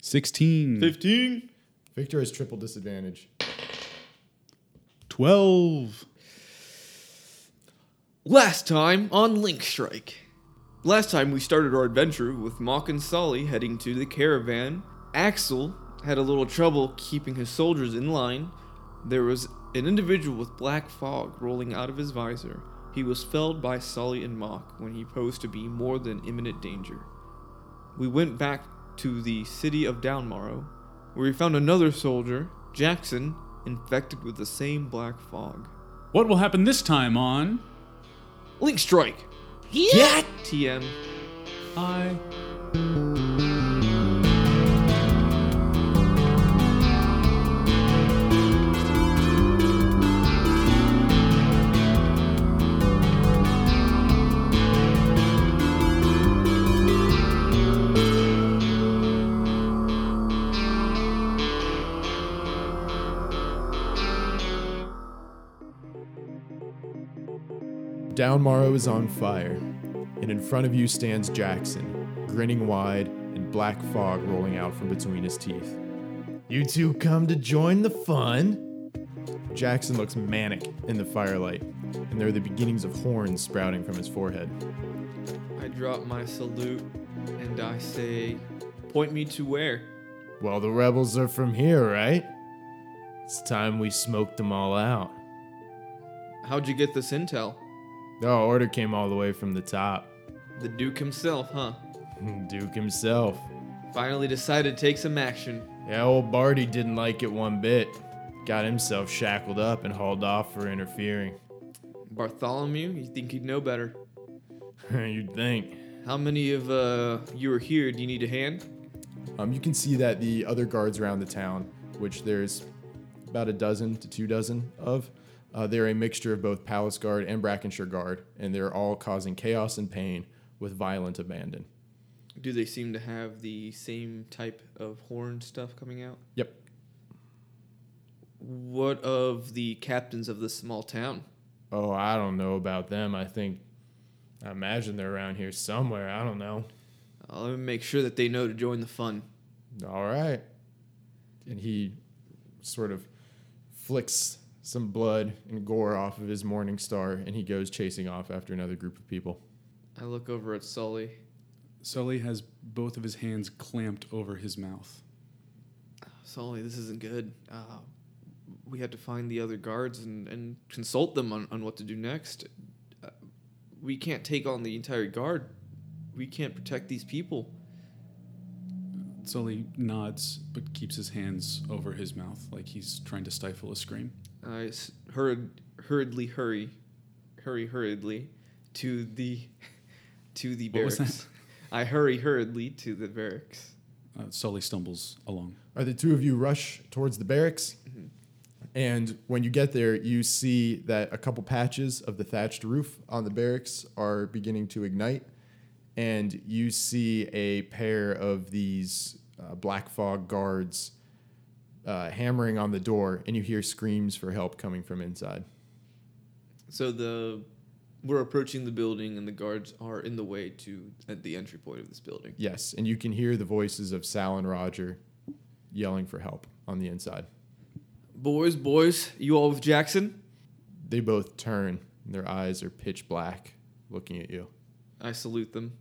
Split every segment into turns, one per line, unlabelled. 16,
15.
Victor has triple disadvantage.
12.
Last time on Link Strike. Last time we started our adventure with Mock and Solly heading to the caravan. Axel had a little trouble keeping his soldiers in line. There was an individual with black fog rolling out of his visor. He was felled by Solly and Mock when he posed to be more than imminent danger. We went back to the city of Downmorrow, where we found another soldier, Jackson, infected with the same black fog.
What will happen this time on
Link Strike! Yeah! TM.
I
Down Morrow is on fire, and in front of you stands Jackson, grinning wide and black fog rolling out from between his teeth. You two come to join the fun? Jackson looks manic in the firelight, and there are the beginnings of horns sprouting from his forehead.
I drop my salute and I say, Point me to where?
Well, the rebels are from here, right? It's time we smoked them all out.
How'd you get this intel?
Oh, order came all the way from the top.
The Duke himself, huh?
Duke himself.
Finally decided to take some action.
Yeah, old Barty didn't like it one bit. Got himself shackled up and hauled off for interfering.
Bartholomew, you think he'd know better.
You'd think.
How many of uh, you are here? Do you need a hand?
Um, you can see that the other guards around the town, which there's about a dozen to two dozen of, uh, they're a mixture of both Palace Guard and Brackenshire Guard, and they're all causing chaos and pain with violent abandon.
Do they seem to have the same type of horn stuff coming out?
Yep.
What of the captains of this small town?
Oh, I don't know about them. I think, I imagine they're around here somewhere. I don't know.
I'll make sure that they know to join the fun.
All right. And he sort of flicks some blood and gore off of his morning star and he goes chasing off after another group of people.
I look over at Sully.
Sully has both of his hands clamped over his mouth.
Sully, this isn't good. Uh, we had to find the other guards and, and consult them on, on what to do next. Uh, we can't take on the entire guard. We can't protect these people.
Sully nods but keeps his hands over his mouth like he's trying to stifle a scream.
I s- hurried, hurriedly hurry, hurry hurriedly to the to the
What was
barracks.
that?
I hurry hurriedly to the barracks.
Uh, Sully stumbles along.
Are the two of you rush towards the barracks? And when you get there, you see that a couple patches of the thatched roof on the barracks are beginning to ignite. And you see a pair of these uh, black fog guards uh, hammering on the door, and you hear screams for help coming from inside.
So the we're approaching the building and the guards are in the way to at the entry point of this building.
Yes, and you can hear the voices of Sal and Roger yelling for help on the inside.
Boys, boys, you all with Jackson?
They both turn, and their eyes are pitch black looking at you.
I salute them.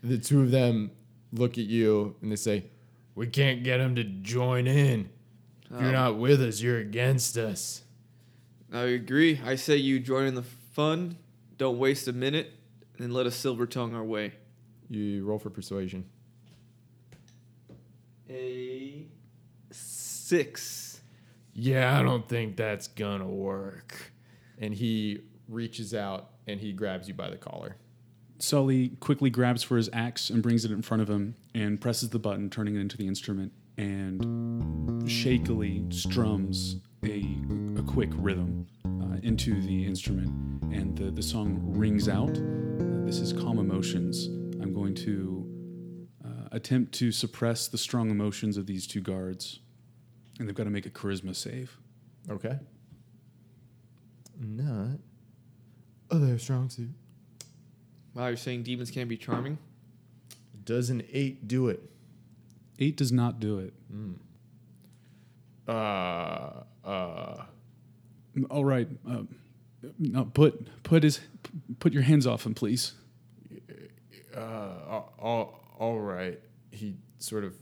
The two of them look at you and they say, We can't get them to join in. If you're
Um,
not with us, you're against us.
I agree. I say you join in the fun. Don't waste a minute and let us silver tongue our way.
You roll for persuasion.
A six.
Yeah, I don't think that's gonna work. And he reaches out and he grabs you by the collar.
Sully quickly grabs for his axe and brings it in front of him and presses the button, turning it into the instrument, and shakily strums a, a quick rhythm uh, into the instrument. And the, the song rings out. Uh, this is Calm Emotions. I'm going to uh, attempt to suppress the strong emotions of these two guards, and they've got to make a charisma save.
Okay. Not other strong suit.
Wow, you're saying demons can't be charming?
Does an eight do it?
Eight does not do it.
Uh, uh,
Mm, All right. Uh, no, put put his put your hands off him, please.
uh, all, all right. He sort of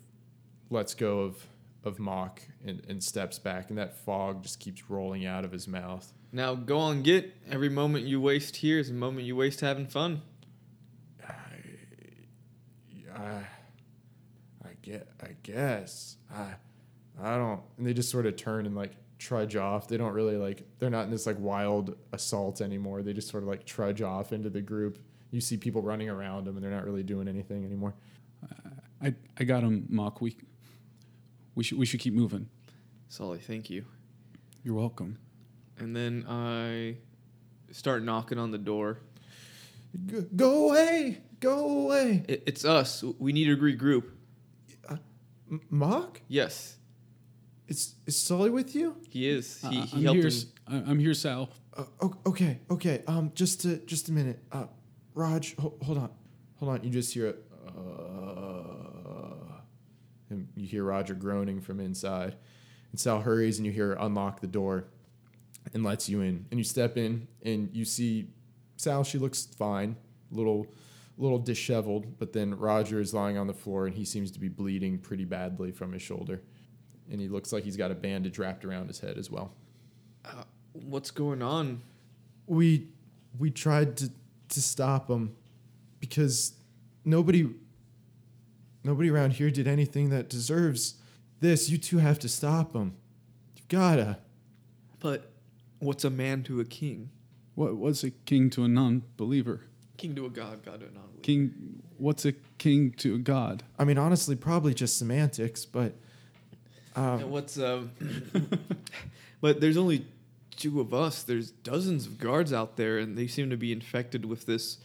lets go of of Mock and, and steps back, and that fog just keeps rolling out of his mouth.
Now go on, get. Every moment you waste here is a moment you waste having fun.
I, I get, I guess, I, I don't. And they just sort of turn and like trudge off. They don't really like. They're not in this like wild assault anymore. They just sort of like trudge off into the group. You see people running around them, and they're not really doing anything anymore.
I I got him, Mock. We we should we should keep moving.
Sully, thank you.
You're welcome.
And then I start knocking on the door.
Go, go away, go away,
It, it's us. We need to regroup.
M- Mock.
Yes,
Is is Sully with you?
he is. He,
I-
he
Uh, I'm
helped
here.
him.
s- I- I'm here, Sal.
Uh, o- okay, okay. Um, just a just a minute. Uh, Raj, ho- hold on, hold on. You just hear it. Uh, and you hear Roger groaning from inside, and Sal hurries, and you hear her unlock the door, and lets you in. And you step in, and you see Sal. She looks fine, little little disheveled, but then Roger is lying on the floor, and he seems to be bleeding pretty badly from his shoulder, and he looks like he's got a bandage wrapped around his head as well.
Uh, what's going on?
we we tried to to stop them because nobody nobody around here did anything that deserves this you two have to stop them you've gotta
But what's a man to a king?
What what's a king to a non-believer?
King to a god, god to a non
King, what's a king to a god?
i mean honestly probably just semantics but um,
And what's um? but there's only two of us. There's dozens of guards out there, and they seem to be infected with this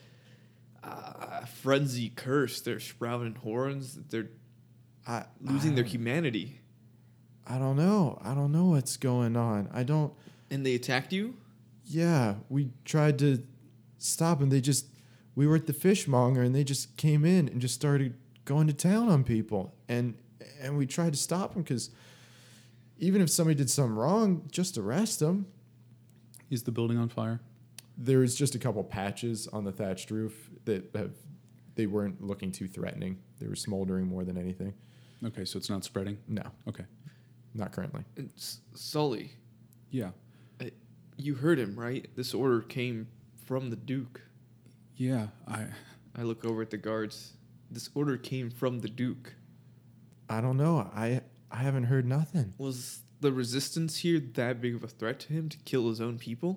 uh, frenzy curse. They're sprouting horns. They're
I,
losing
I
their
don't-
humanity,
i don't know i don't know what's going on i don't
and they attacked you.
yeah we tried to stop them they just we were at the fishmonger and they just came in and just started going to town on people and and we tried to stop them because even if somebody did something wrong just arrest them
Is the building on fire?
there's just a couple patches on the thatched roof that have they weren't looking too threatening they were smoldering more than anything
Okay, so it's not spreading.
no
Okay.
not currently
And S- Sully,
Yeah.
you heard him, right? This order came from the Duke.
Yeah. I.
I look over at the guards. This order came from the Duke.
i don't know i i haven't heard nothing
Was the resistance here that big of a threat to him to kill his own people?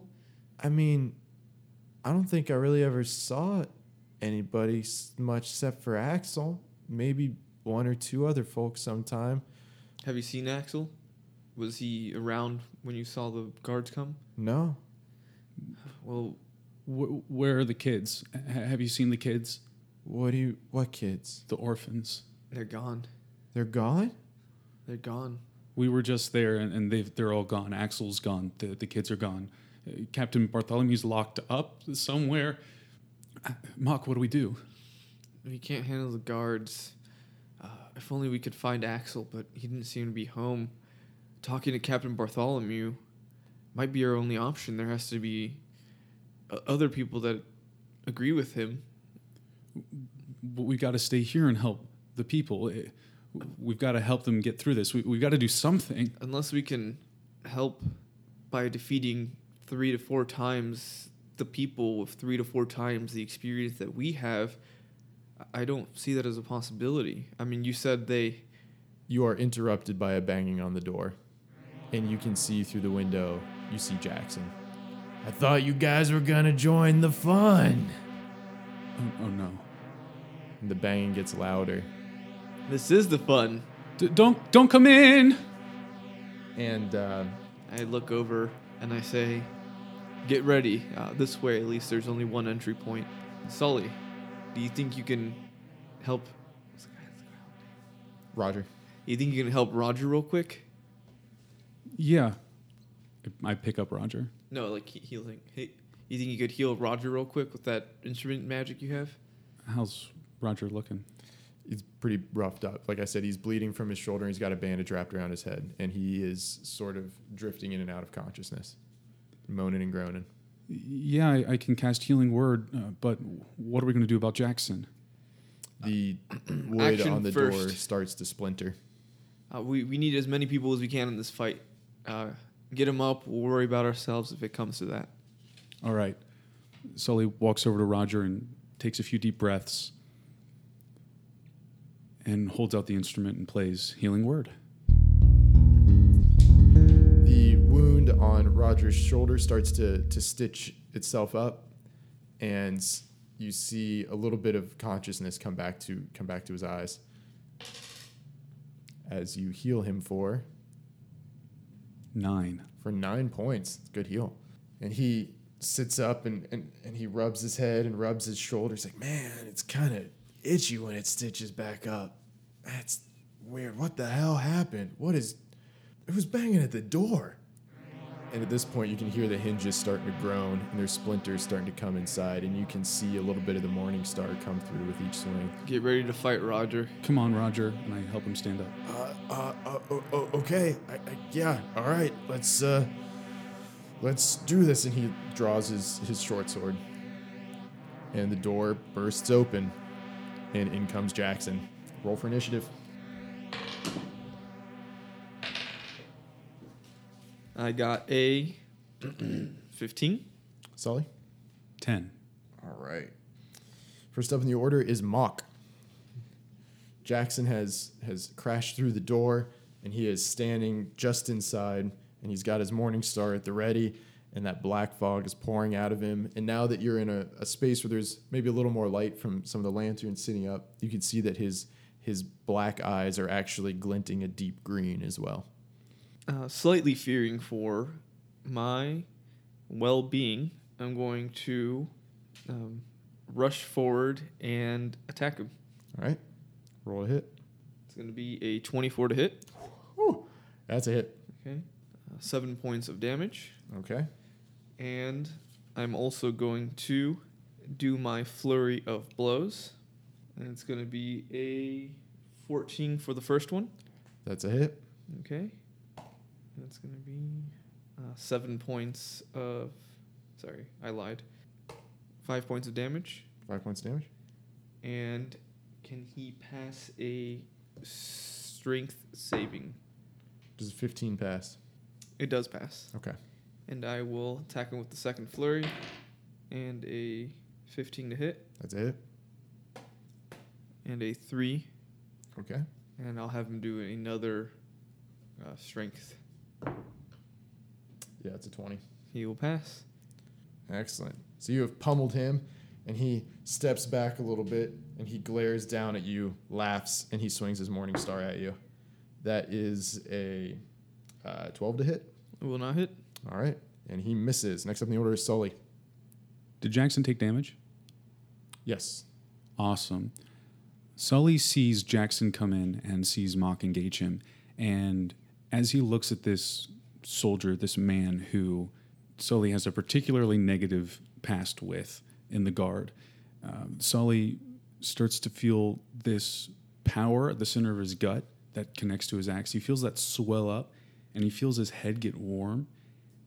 I mean, I don't think I really ever saw anybody s- much except for Axel. Maybe one or two other folks sometime.
Have you seen Axel? Was he around when you saw the guards come?
No,
Well,
Wh- where are the kids? H- have you seen the kids?
what do you? What kids?
The orphans.
they're gone.
They're gone.
They're gone.
We were just there, and, and they've, they're all gone. Axel's gone. The, the kids are gone. Uh, Captain Bartholomew's locked up somewhere. Uh, Mock, what do we do?
We can't handle the guards. Uh, if only we could find Axel, but he didn't seem to be home. Talking to Captain Bartholomew might be our only option. There has to be o- other people that agree with him.
But we've got to stay here and help the people. Eh, We've got to help them get through this. We, we've got to do something.
Unless we can help by defeating three to four times the people with three to four times the experience that we have, I- I don't see that as a possibility. I mean, you said they.
You are interrupted by a banging on the door, and you can see through the window. You see Jackson. I thought you guys were gonna join the fun.
Oh, oh no.
And the banging gets louder,
This is the fun.
D- don't, don't come in!
and uh,
I look over and I say, "Get ready. Uh, this way, at least there's only one entry point." Sully, do you think you can help?
Roger.
You think you can help Roger real quick?
Yeah. I pick up Roger.
No, like he- healing. Hey, you think you could heal Roger real quick with that instrument magic you have?
How's Roger looking?
he's pretty roughed up. Like I said, he's bleeding from his shoulder. and He's got a bandage wrapped around his head, and he is sort of drifting in and out of consciousness, moaning and groaning.
Yeah, I, I can cast healing word, uh, but what are we going to do about Jackson?
The wood
action
on the door
first.
starts to splinter.
Uh, we, we need as many people as we can in this fight. Uh, get them up. We'll worry about ourselves if it comes to that.
All right. Sully walks over to Roger and takes a few deep breaths and holds out the instrument and plays Healing Word.
The wound on Roger's shoulder starts to, to stitch itself up, and you see a little bit of consciousness come back to come back to his eyes. As you heal him for
Nine.
for nine points, it's a good heal. And he sits up and, and, and he rubs his head and rubs his shoulders like, man, it's kind of itchy when it stitches back up. That's weird. What the hell happened? What is? Who's banging at the door? And at this point, you can hear the hinges starting to groan and there's splinters starting to come inside, and you can see a little bit of the morning star come through with each swing.
Get ready to fight, Roger.
Come on, Roger. And I help him stand up.
Uh, uh, uh, o- o- okay. I, I, yeah. All right. Let's uh, let's do this. And he draws his his short sword, and the door bursts open, and in comes Jackson. Roll for initiative.
I got a 15.
Sully.
Ten.
All right. First up in the order is Mock. Jackson has has crashed through the door, and he is standing just inside, and he's got his morning star at the ready, and that black fog is pouring out of him. And now that you're in a, a space where there's maybe a little more light from some of the lanterns sitting up, you can see that his his black eyes are actually glinting a deep green as well.
Uh, slightly fearing for my well being, I'm going to um, rush forward and attack him.
All right, roll a hit.
It's going to be a 24 to hit.
Whew. That's a hit.
Okay. Uh, seven points of damage.
Okay.
And I'm also going to do my flurry of blows. And it's going to be a 14 for the first one.
That's a hit.
Okay. That's going to be uh, seven points of. Sorry, I lied. Five points of damage.
Five points of damage.
And can he pass a strength saving?
Does a 15 pass?
It does pass.
Okay.
And I will attack him with the second flurry. And a 15 to hit.
That's a hit.
And a 3.
Okay.
And I'll have him do another uh, strength.
Yeah, it's a 20.
He will pass.
Excellent. So you have pummeled him, and he steps back a little bit, and he glares down at you, laughs, and he swings his morning star at you. That is a uh, 12 to hit.
It will not hit.
All right. And he misses. Next up in the order is Sully.
Did Jackson take damage?
Yes.
Awesome. Sully sees Jackson come in and sees Mock engage him. And as he looks at this soldier, this man who Sully has a particularly negative past with in the guard, um, Sully starts to feel this power at the center of his gut that connects to his axe. He feels that swell up and he feels his head get warm.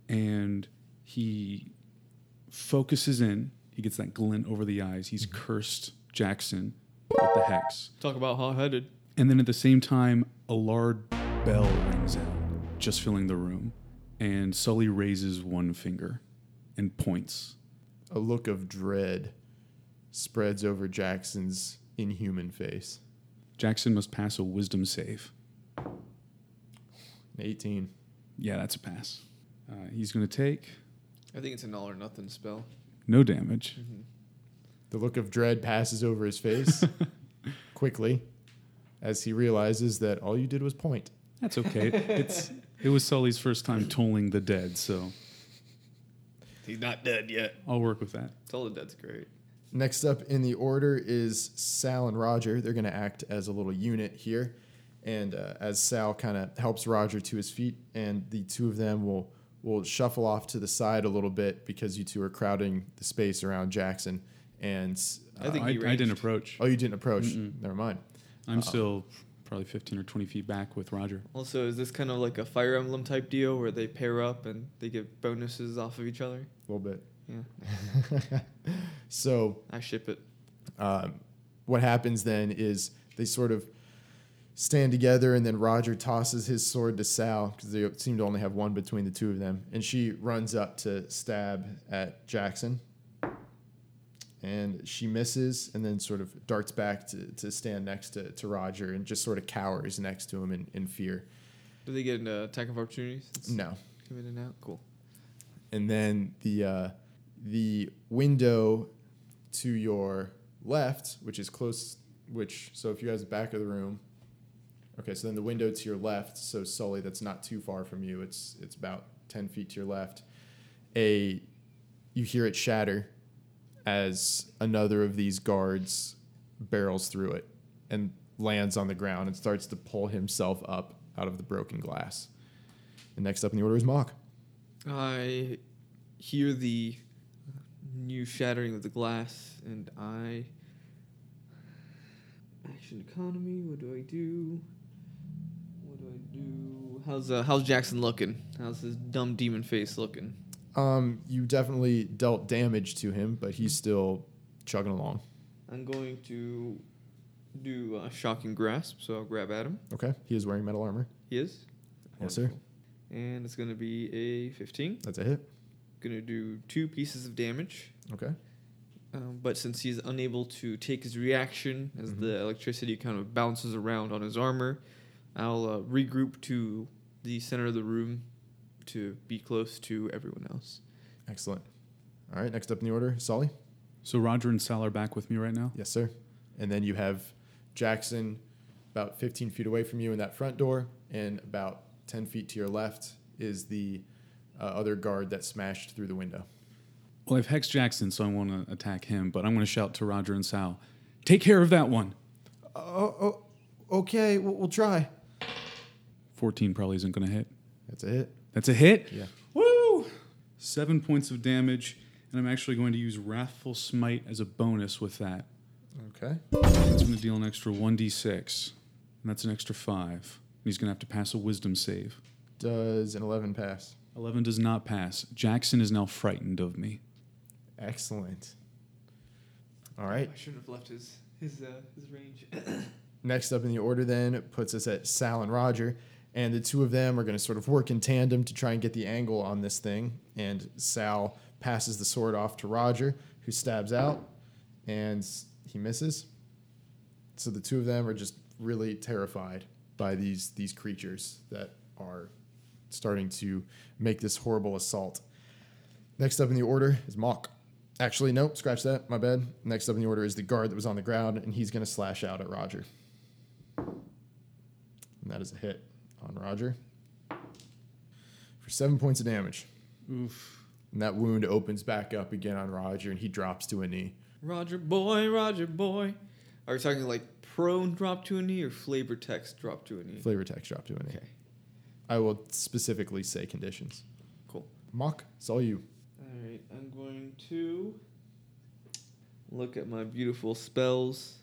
And he focuses in. He gets that glint over the eyes. He's
Mm-hmm.
cursed Jackson with the hex.
Talk about hot headed.
And then at the same time, a large bell rings out, just filling the room. And Sully raises one finger and points.
A look of dread spreads over Jackson's inhuman face.
Jackson must pass a wisdom save.
An 18.
Yeah, that's a pass. Uh, he's going to take
I think it's an all or nothing spell.
no damage.
Mm-hmm.
The look of dread passes over his face quickly as he realizes that all you did was point.
That's okay. it's it was Sully's first time tolling the dead, so
He's not dead yet.
I'll work with that.
Tell the dead's great.
Next up in the order is Sal and Roger. They're going to act as a little unit here. And uh, as Sal kind of helps Roger to his feet, and the two of them will, will shuffle off to the side a little bit because you two are crowding the space around Jackson. And uh,
I think he
I, I didn't
ranged.
approach.
Oh, you didn't approach. Never mind.
I'm still probably 15 or 20 feet back with Roger.
Also, is this kind of like a Fire Emblem type deal where they pair up and they get bonuses off of each other?
a little bit.
Yeah,
So
I ship it.
um, what happens then is they sort of stand together, and then Roger tosses his sword to Sal because they seem to only have one between the two of them, and she runs up to stab at Jackson, and she misses, and then sort of darts back to, to stand next to, to Roger and just sort of cowers next to him in, in fear.
Do they get an uh, attack of opportunities? It's
No,
Come in and out. Cool.
and then the uh, the window to your left, which is close, which so if you guys back of the room, okay. So then the window to your left, so Sully, that's not too far from you. It's it's about ten feet to your left. A you hear it shatter as another of these guards barrels through it and lands on the ground and starts to pull himself up out of the broken glass. And next up in the order is Mock.
I hear the new shattering of the glass, and I. Action economy. What do I do? What do I do? How's uh, How's Jackson looking? How's his dumb demon face looking?
Um, you definitely dealt damage to him, but he's still chugging along.
I'm going to do a shocking grasp, so I'll grab at him.
Okay, he is wearing metal armor.
He is.
Yes, sir.
And it's going to be a 15.
That's a hit.
Going to do two pieces of damage.
Okay.
Um, but since he's unable to take his reaction as
Mhm.
the electricity kind of bounces around on his armor, I'll uh, regroup to the center of the room to be close to everyone else.
Excellent. All right, next up in the order, Solly.
So Roger and Sal are back with me right now.
Yes, sir. And then you have Jackson about 15 feet away from you in that front door, and about 10 feet to your left is the uh, other guard that smashed through the window.
Well, I've hexed Jackson, so I want to attack him, but I'm going to shout to Roger and Sal, take care of that one.
Oh, oh okay, we'll, we'll try.
14 probably isn't going to hit.
That's a hit.
That's a hit.
Yeah.
Woo! Seven points of damage, and I'm actually going to use Wrathful Smite as a bonus with that.
Okay.
It's going to deal an extra 1d6, and that's an extra 5. And he's going to have to pass a wisdom save.
Does an 11 pass?
11 does not pass. Jackson is now frightened of me.
Excellent. All right.
I shouldn't have left his his uh, his range.
Next up in the order then puts us at Sal and Roger, and the two of them are going to sort of work in tandem to try and get the angle on this thing. And Sal passes the sword off to Roger, who stabs out, and he misses. So the two of them are just really terrified by these these creatures that are starting to make this horrible assault. Next up in the order is Mock. Actually, nope, scratch that. My bad. Next up in the order is the guard that was on the ground, and he's going to slash out at Roger. And that is a hit on Roger for seven points of damage.
Oof.
And that wound opens back up again on Roger, and he drops to a knee.
Roger boy, Roger boy. Are you talking like prone drop to a knee or flavor text drop to a knee?
Flavor text drop to a knee.
Okay.
I will specifically say conditions.
Cool.
Mock, it's all you.
All right, I'm going to look at my beautiful spells.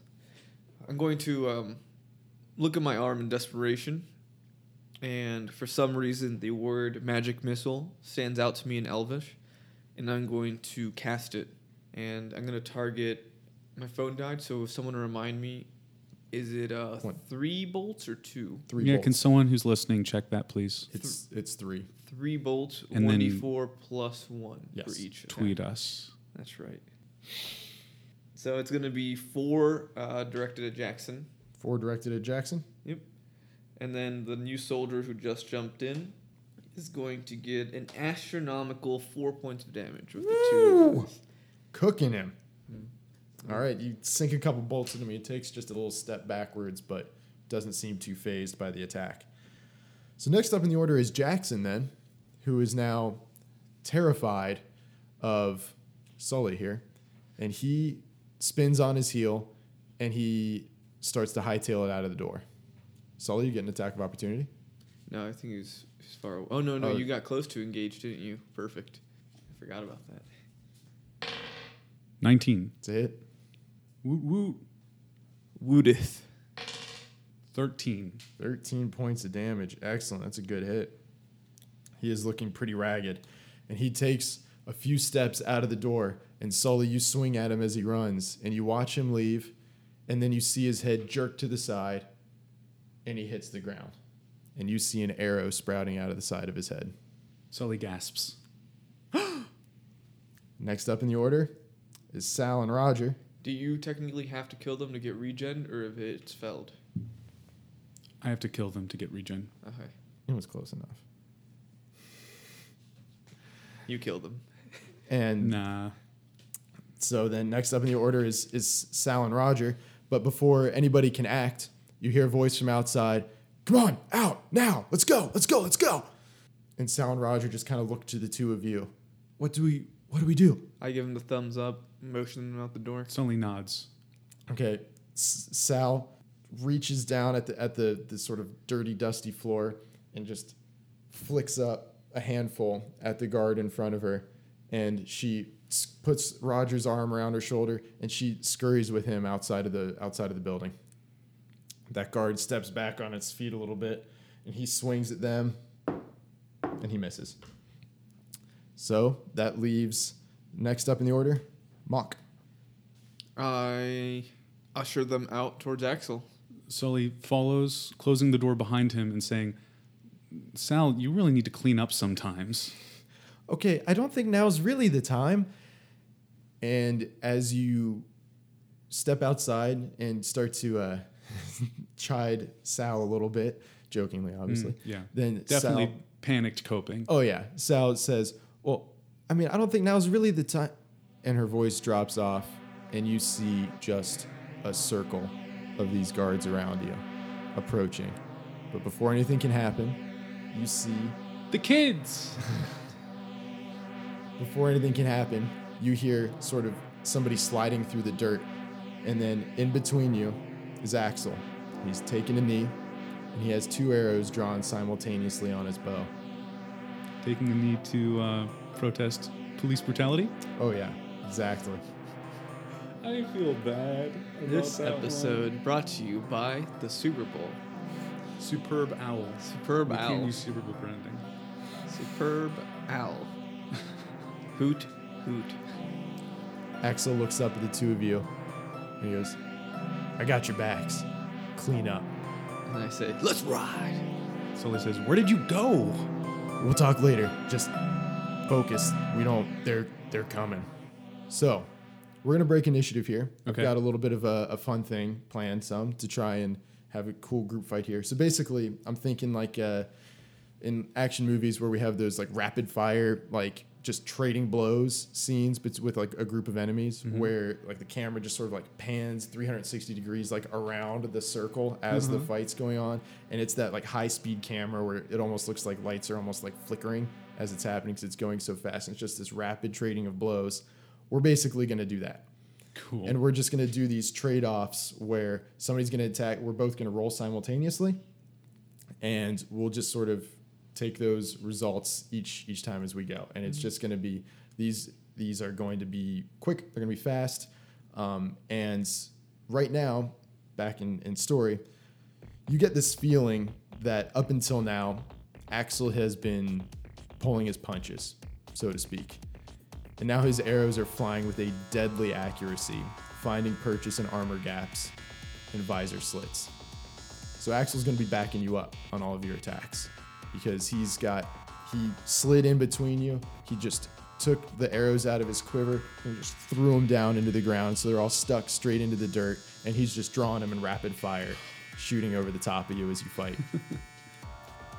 I'm going to um, look at my arm in desperation, and for some reason, the word magic missile stands out to me in Elvish, and I'm going to cast it. And I'm going to target. My phone died, so if someone remind me, is it uh,
One.
three bolts or two?
Three.
yeah,
bolts.
can someone who's listening check that, please?
it's it's three.
Three bolts,
And then-
1d4 plus one
Yes,
for each. attack.
Tweet us.
That's right. So it's going to be four uh, directed at Jackson,
Four directed at Jackson.
and then the new soldier who just jumped in is going to get an astronomical four points of damage with the two. Mm-hmm.
Woo!
guys.
cooking him. All right, you sink a couple bolts into me. It takes just a little step backwards, but doesn't seem too phased by the attack. So next up in the order is Jackson, then, who is now terrified of Sully here, and he spins on his heel, and he starts to hightail it out of the door. Sully, you get an attack of opportunity.
No, I think he's, he's far away. Oh, no, no,
Oh.
you got close to engage, didn't you? Perfect. I forgot about that.
19.
It's a hit.
Woot woot.
Woodith.
Thirteen.
13 points of damage. Excellent. That's a good hit. He is looking pretty ragged. And he takes a few steps out of the door. And Sully, you swing at him as he runs. And you watch him leave. And then you see his head jerk to the side. And he hits the ground. And you see an arrow sprouting out of the side of his head.
Sully gasps.
Next up in the order is Sal and Roger.
Do you technically have to kill them to get regen, or if it's felled?
I have to kill them to get regen.
Okay.
It was close enough.
You kill them.
And
Nah.
So then next up in the order is is Sal and Roger. But before anybody can act, you hear a voice from outside, Come on, out, now, let's go, let's go, let's go. And Sal and Roger just kind of look to the two of you. What do we what do we do?
I give them the thumbs up, motion them out the door.
Sully nods.
Okay. S- Sal reaches down at the at the the sort of dirty, dusty floor and just flicks up a handful at the guard in front of her, and she s- puts Roger's arm around her shoulder and she scurries with him outside of the outside of the building. That guard steps back on its feet a little bit, and he swings at them, and he misses. So that leaves next up in the order, Mock.
I usher them out towards Axel.
Sully follows, closing the door behind him and saying, Sal, you really need to clean up sometimes.
okay, I don't think now's really the time. And as you step outside and start to uh, chide Sal a little bit, jokingly, obviously,
Mm, yeah.
then
Definitely
Sal,
panicked coping.
oh yeah, Sal says, "Well, I mean, I don't think now's really the time." And her voice drops off, and you see just a circle of these guards around you approaching. But before anything can happen, you see
The kids!
before anything can happen, you hear sort of somebody sliding through the dirt, and then in between you is Axel. He's taken a knee, and he has two arrows drawn simultaneously on his bow.
Taking the need to uh, protest police brutality.
Oh yeah, exactly.
I feel bad.
This episode brought to you by the Super Bowl.
Superb owl.
Superb
We can't
owl.
use Superb branding.
Superb owl. hoot, hoot.
Axel looks up at the two of you, and he goes, "I got your backs. Clean up.
And I say, let's ride.
Sully says, Where did you go?
We'll talk later. Just focus. We don't. They're they're coming. So we're gonna break initiative here.
Okay.
I've got a little bit of a, a fun thing planned, some to try and have a cool group fight here. So basically, I'm thinking like uh, in action movies where we have those like rapid fire like just trading blows scenes but with like a group of enemies where like the camera just sort of like pans 360 degrees like around the circle as the fight's going on and it's that like high speed camera where it almost looks like lights are almost like flickering as it's happening because it's going so fast and it's just this rapid trading of blows we're basically going to do that
Cool.
and we're just going to do these trade offs where somebody's going to attack. We're both going to roll simultaneously, and we'll just sort of take those results each each time as we go. And it's just going to be these these are going to be quick. They're going to be fast. Um, and right now, back in in story, you get this feeling that up until now, Axel has been pulling his punches, so to speak and now his arrows are flying with a deadly accuracy, finding purchase in armor gaps and visor slits. So Axel's going to be backing you up on all of your attacks because he's got he slid in between you. He just took the arrows out of his quiver and just threw them down into the ground so they're all stuck straight into the dirt and he's just drawing them in rapid fire, shooting over the top of you as you fight.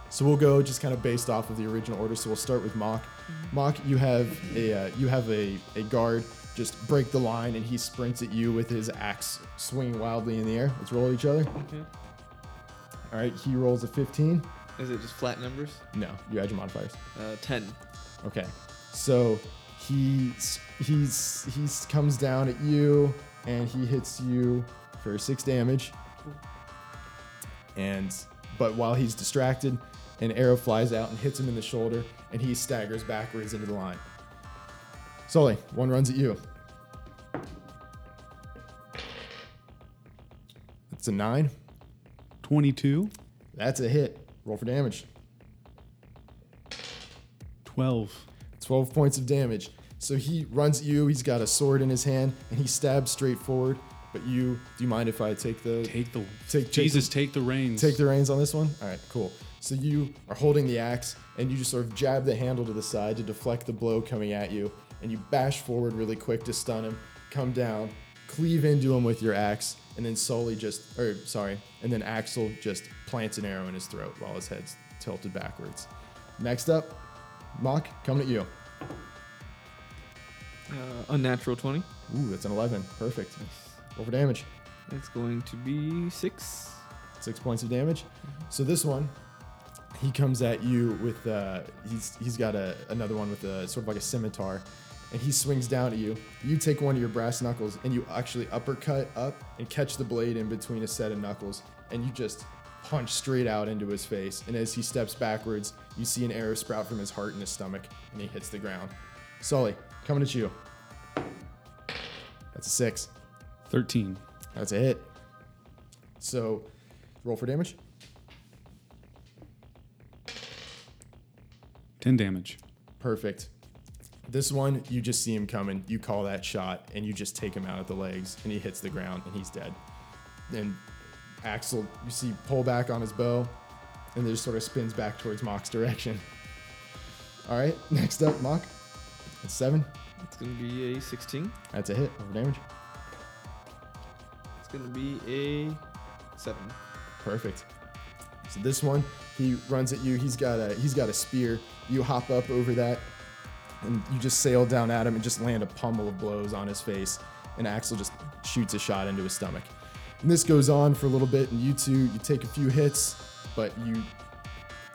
So we'll go just kind of based off of the original order. So we'll start with Mock. Mock, you have a uh, you have a, a guard just break the line, and he sprints at you with his axe swinging wildly in the air. Let's roll each other.
Okay.
All right, he rolls a 15.
Is it just flat numbers?
No, you add your modifiers.
Uh, 10.
Okay, so he s- he's he's comes down at you, and he hits you for six damage. and but while he's distracted, an arrow flies out and hits him in the shoulder, and he staggers backwards into the line. Sully, one runs at you. That's a nine.
22,
That's a hit. Roll for damage.
12.
12 points of damage. So he runs at you. He's got a sword in his hand, and he stabs straight forward. But you, do you mind if I take the
Take the
Take- take
Jesus, take the, reins.
take the reins on this one? All right, cool. So you are holding the axe, and you just sort of jab the handle to the side to deflect the blow coming at you, and you bash forward really quick to stun him. Come down, cleave into him with your axe, and then Sully just, or sorry, and then Axel just plants an arrow in his throat while his head's tilted backwards. Next up, Mock, coming at you.
Uh, unnatural 20.
Ooh, that's an 11. Perfect. Over damage.
That's going to be 6.
Six points of damage. So this one, he comes at you with uh, he's he's got a another one with a sort of like a scimitar, and he swings down at you. You take one of your brass knuckles and you actually uppercut up and catch the blade in between a set of knuckles, and you just punch straight out into his face. And as he steps backwards, you see an arrow sprout from his heart and his stomach, and he hits the ground. Sully, coming at you. That's a six.
13.
That's a hit. So, roll for damage.
10 damage.
Perfect. This one, you just see him coming. You call that shot, and you just take him out at the legs, and he hits the ground, and he's dead. And Axel, you see, pull back on his bow, and then just sort of spins back towards Mock's direction. All right, next up, Mock. That's seven.
It's going to be a 16.
That's a hit. Over damage.
It's going to be a 7.
Perfect. So this one, he runs at you. He's got a he's got a spear. You hop up over that, and you just sail down at him and just land a pummel of blows on his face. And Axel just shoots a shot into his stomach. And this goes on for a little bit, and you two you take a few hits, but you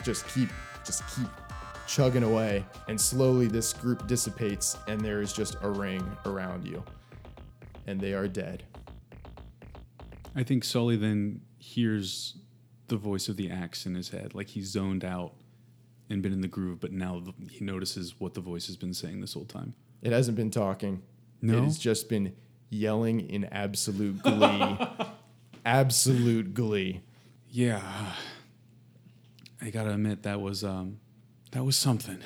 just keep just keep chugging away. And slowly this group dissipates, and there is just a ring around you, and they are dead.
I think Sully then hears the voice of the axe in his head, like he's zoned out and been in the groove, but now th- he notices what the voice has been saying this whole time.
It hasn't been talking.
No?
It has just been yelling in absolute glee. absolute glee.
Yeah, I gotta admit that was um, that was something.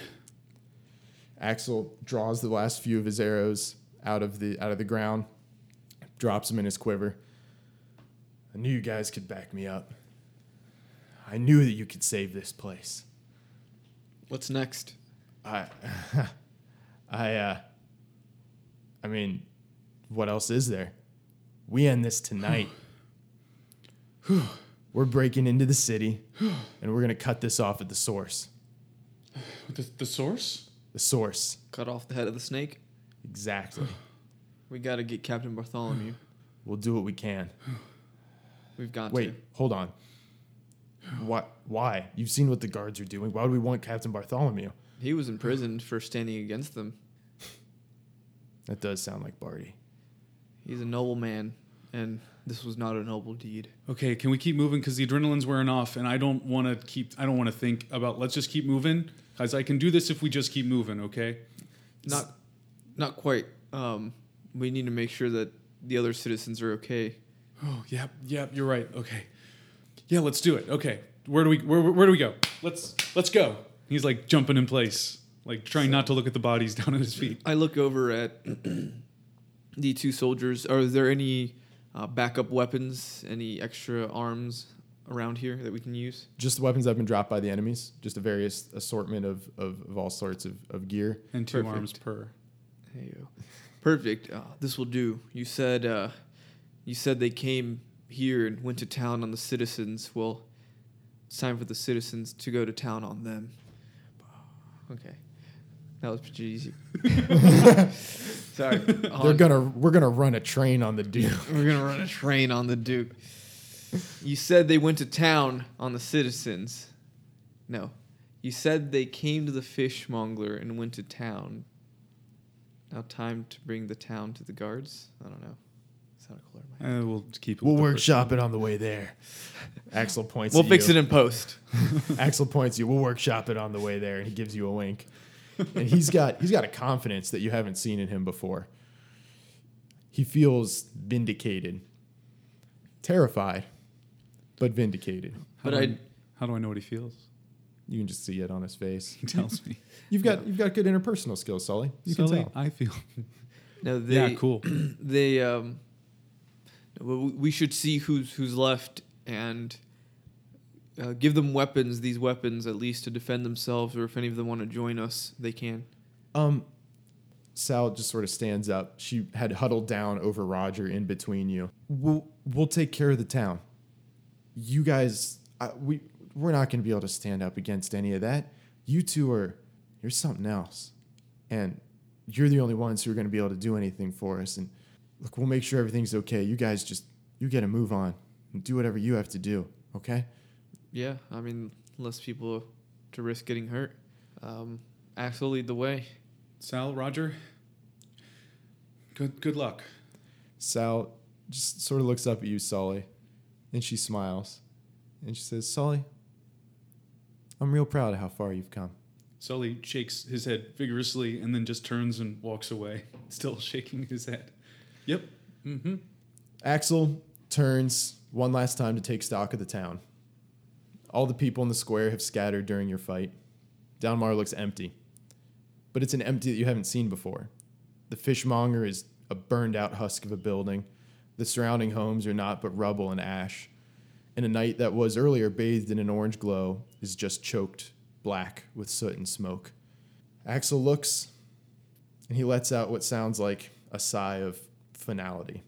Axel draws the last few of his arrows out of the out of the ground, drops them in his quiver. I knew you guys could back me up. I knew that you could save this place.
What's next?
I I uh I mean, what else is there? We end this tonight. we're breaking into the city and we're going to cut this off at the source.
The, the source?
The source.
Cut off the head of the snake.
Exactly.
We got to get Captain Bartholomew.
We'll do what we can.
We've got
Wait,
to.
hold on. What why? You've seen what the guards are doing. Why would we want Captain Bartholomew?
He was imprisoned for standing against them.
That does sound like Barty.
He's a noble man, and this was not a noble deed.
Okay, can we keep moving? Because the adrenaline's wearing off, and I don't want to keep. I don't want to think about. Let's just keep moving, guys. I can do this if we just keep moving. Okay.
Not, not quite. Um, we need to make sure that the other citizens are okay.
Oh, yep, yep. You're right. Okay. Yeah, let's do it. Okay. Where do we where, where do we go? Let's let's go. He's like jumping in place, like trying not to look at the bodies down at his feet.
I look over at the two soldiers. Are there any uh, backup weapons? Any extra arms around here that we can use?
Just the weapons that have been dropped by the enemies, just a various assortment of, of, of all sorts of, of gear.
And two
Perfect.
arms per.
There you go. Perfect. Uh, this will do. You said uh, you said they came here and went to town on the citizens. Well, it's time for the citizens to go to town on them. Okay, that was pretty easy. Sorry.
They're
On-
gonna we're gonna run a train on the dude.
We're gonna run a train on the Duke. You said they went to town on the citizens. No. You said they came to the fishmonger and went to town. Now time to bring the town to the guards? I don't know. Sounded cooler in my head.
Uh, we'll keep it.
We'll
with the
workshop it on the way there. Axel points.
We'll
at
fix
you.
it in post.
Axel points you. We'll workshop it on the way there, and he gives you a wink. And he's got he's got a confidence that you haven't seen in him before. He feels vindicated, terrified, but vindicated.
How
But
do
I-
how do I know what he feels?
You can just see it on his face.
He tells me.
You've got you've got good interpersonal skills, Sully. You
Sully,
can tell.
I feel.
Now they,
yeah, cool.
They um, w- we should see who's who's left and uh, give them weapons. These weapons, at least, to defend themselves, or if any of them want to join us, they can.
Um, Sal just sort of stands up. She had huddled down over Roger in between you. We'll we'll take care of the town. You guys, I, we we're not going to be able to stand up against any of that. You two are you're something else, and you're the only ones who are going to be able to do anything for us. And look, we'll make sure everything's okay. You guys just you get to move on and do whatever you have to do. Okay.
Yeah, I mean, less people to risk getting hurt. Um, Axel, lead the way.
Sal, Roger. Good good luck.
Sal just sort of looks up at you, Sully, and she smiles. And she says, Sully, I'm real proud of how far you've come.
Sully shakes his head vigorously and then just turns and walks away, still shaking his head. Yep. Mm-hmm.
Axel turns one last time to take stock of the town. All the people in the square have scattered during your fight. Downmar looks empty, but it's an empty that you haven't seen before. The fishmonger is a burned out husk of a building. The surrounding homes are not but rubble and ash. And a night that was earlier bathed in an orange glow is just choked black with soot and smoke. Axel looks and he lets out what sounds like a sigh of finality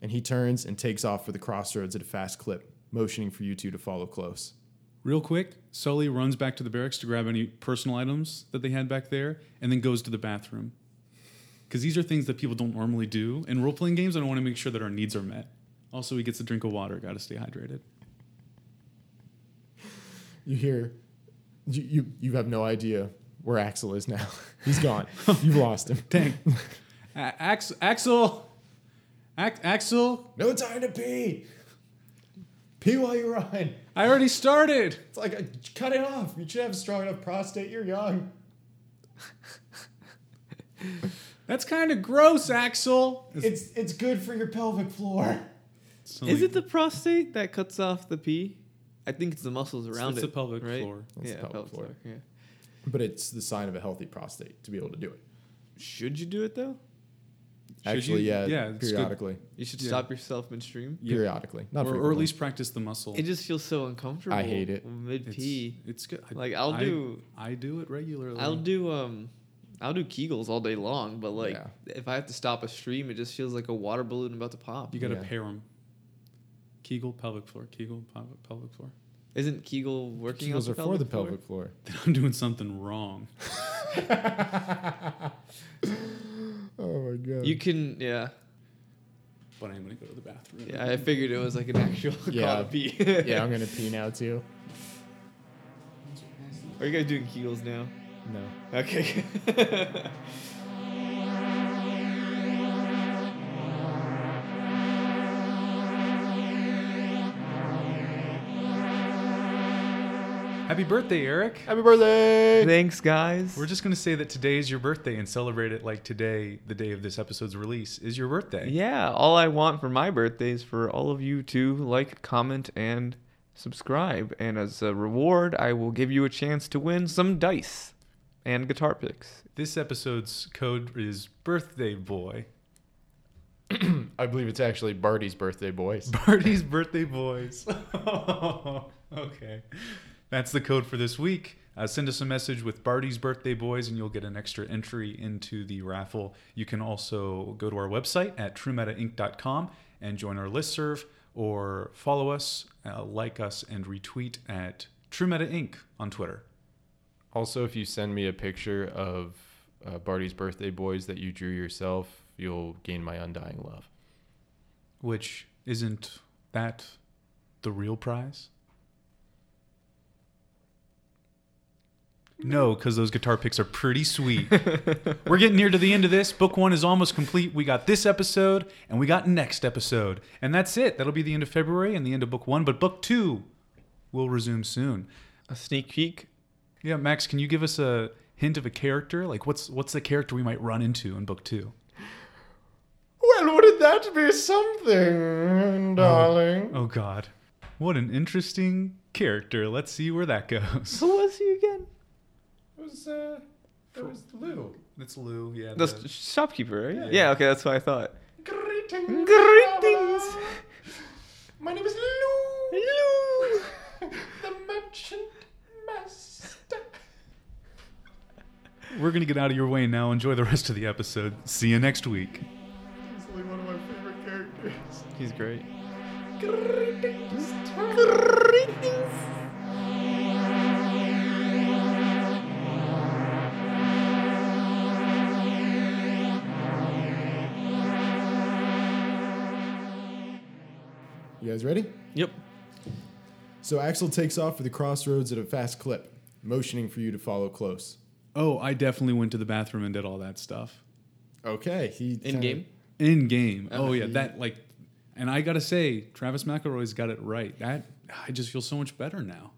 and he turns and takes off for the crossroads at a fast clip, motioning for you two to follow close.
Real quick, Sully runs back to the barracks to grab any personal items that they had back there and then goes to the bathroom. Because these are things that people don't normally do. In role playing games, I want to make sure that our needs are met. Also, he gets a drink of water, got to stay hydrated.
You hear, you you, you have no idea where Axel is now. He's gone. You've lost him.
Dang. A- Ax- Axel! Ax- Axel!
No time to pee. Pee while you run.
I already started!
It's like uh, cut it off. You should have a strong enough prostate. You're young.
That's kind of gross, Axel!
It's it's good for your pelvic floor.
Sully-
Is it the prostate that cuts off the pee? I think it's the muscles around
it's
it.
the pelvic
right?
floor.
It's the
yeah, pelvic, floor. Yeah.
But it's the sign of a healthy prostate to be able to do it.
Should you do it though?
Should
Actually,
you-
yeah,
yeah, it's good.
periodically,
You should
Yeah.
stop yourself midstream.
Yeah.
periodically, not
Or, or at
frequently.
least practice the muscle.
It just feels so uncomfortable.
I hate it.
Mid
It's-
pee.
It's good. I-
Like I'll
I-
do
I do it regularly.
I'll do um I'll do Kegels all day long, but like
Yeah.
if I have to stop a stream, it just feels like a water balloon about to pop.
You got to
Yeah.
pair them. Kegel, pelvic floor. Kegel, pel- pelvic floor.
Isn't Kegel working?
Kegels
off
are for the pelvic floor.
Then I'm doing something wrong.
Oh my god.
You can, yeah,
But I'm gonna go to the bathroom.
yeah. I figured it was like an actual
Yeah.
call to pee.
yeah, I'm gonna pee now too.
Are you guys doing Kegels now?
No.
Okay.
Happy birthday, Eric.
Happy birthday!
Thanks, guys.
We're just gonna say that today is your birthday and celebrate it like today, the day of this episode's release, is your birthday.
yeah. All I want for my birthday is for all of you to like, comment, and subscribe. And as a reward, I will give you a chance to win some dice and guitar picks.
This episode's code is birthday boy.
I believe it's actually Barty's birthday, boys.
Party's birthday boys. okay. That's the code for this week. Uh, send us a message with Barty's birthday boys, and you'll get an extra entry into the raffle. You can also go to our website at truemetainc.com and join our listserv or follow us, uh, like us, and retweet at TrueMetaInc on Twitter.
Also, if you send me a picture of uh, Barty's birthday boys that you drew yourself, you'll gain my undying love.
Which isn't that the real prize? No, because those guitar picks are pretty sweet. We're getting near to the end of this. Book one is almost complete. We got this episode and we got next episode. And that's it. That'll be the end of February and the end of book one. But book two will resume soon.
A sneak peek.
Yeah, Max, can you give us a hint of a character? Like what's what's the character we might run into in book two?
Oh.
Well, wouldn't that be something, darling?
Oh god.
What an interesting character. Let's see where that goes.
Who was he again?
It was, uh, it was Lou. It's Lou, yeah.
That's
the-
the shopkeeper, right?
Yeah.
Yeah. okay, that's what I thought.
Greetings.
Greetings!
My name is Lou.
Hello!
the merchant master.
We're going to get out of your way now. Enjoy the rest of the episode.
See you next week.
Easily one of my favorite characters.
He's great.
You guys ready?
Yep.
So Axel takes off for the crossroads at a fast clip, motioning for you to follow close.
Oh, I definitely went to the bathroom and did all that stuff.
Okay, he
In
kinda-
game.
In game. Oh, yeah. That, like, and I got to say, Travis McElroy's got it right. That, I just feel so much better now.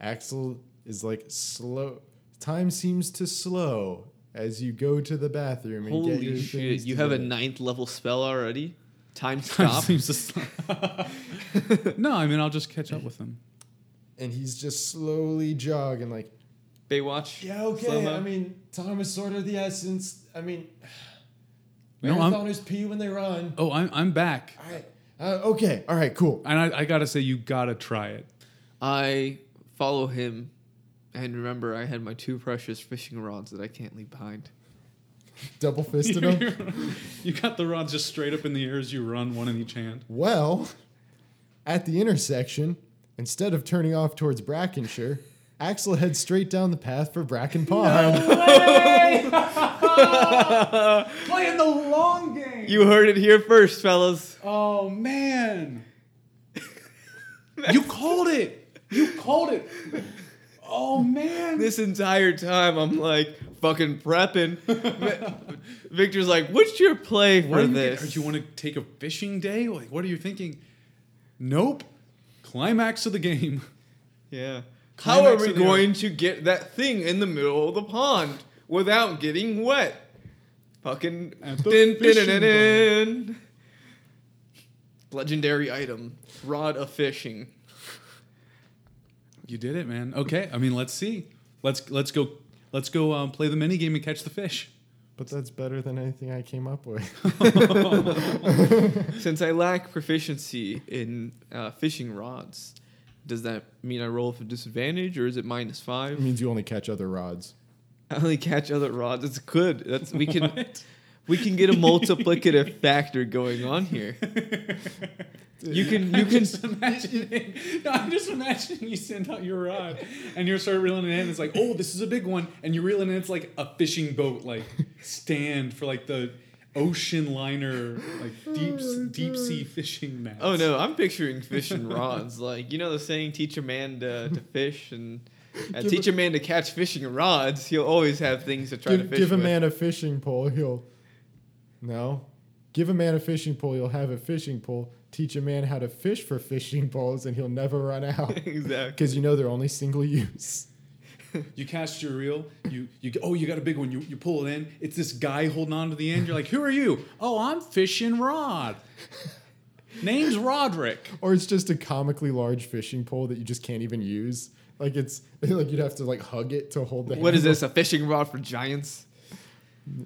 Axel is like slow. Time seems to slow as you go to the bathroom and get your
Holy shit!
things
You have a
together.
ninth level spell already. Time
Time
stop.
seems to stop. no, I mean, I'll just catch up with him.
and he's just slowly jogging like
Baywatch.
Yeah, okay.
Slow-mo.
I mean, time is sort of the essence. I mean,
No, I'm-
marathoners pee when they run.
Oh, I'm, I'm back.
I, uh, okay, all right, cool.
And I, I got to say, you got to try it.
I follow him, and remember, I had my two precious fishing rods that I can't leave behind.
Double fisted him.
you got the rods just straight up in the air as you run, one in each hand.
Well, at the intersection, instead of turning off towards Brackenshire, Axel heads straight down the path for Bracken Pond.
Playing the long game.
You heard it here first, fellas.
oh, man. you called it. You called it. Oh, man.
This entire time, I'm like fucking prepping. Vi- Victor's like, "What's your play for
What do you think?
this?"
Or do you want to take a fishing day? Like, what are you thinking? Nope. Climax of the game.
yeah.
Climax
How are
of
we
the
going to get that thing in the middle of the pond without getting wet? Fucking
At the
din- din-
fishing
din- din- din. legendary item, rod of fishing.
You did it, man. Okay. I mean, let's see. Let's let's go. Let's go um, play the mini game and catch the fish.
but that's better than anything I came up with.
Since I lack proficiency in uh, fishing rods, does that mean I roll for disadvantage or is it minus
It
five?
means you only catch other rods.
I only catch other rods. It's good. That's we can we can get a multiplicative factor going on here. You can you
I'm
can
just imagining. No, I'm just imagining you send out your rod and you start reeling it in. It's like, oh, this is a big one, and you reel it in. It's like a fishing boat, like stand for like the ocean liner, like deep deep sea fishing mats.
Oh no, I'm picturing fishing rods. Like you know the saying, teach a man to, to fish and uh,
Give
teach a man to catch fishing rods. He'll always have things to try to
Give,
fish
give a
with.
man a fishing pole, he'll. No. Give a man a fishing pole, he'll have a fishing pole. Teach a man how to fish for fishing poles, and he'll never run out.
exactly.
Because you know they're only single use.
You cast your reel. You you oh you got a big one. You you pull it in. It's this guy holding on to the end. You're like, who are you? Oh, I'm fishing rod. Name's Roderick.
Or it's just a comically large fishing pole that you just can't even use. Like it's like you'd have to like hug it to hold the.
What is
handle.
this? A fishing rod for giants?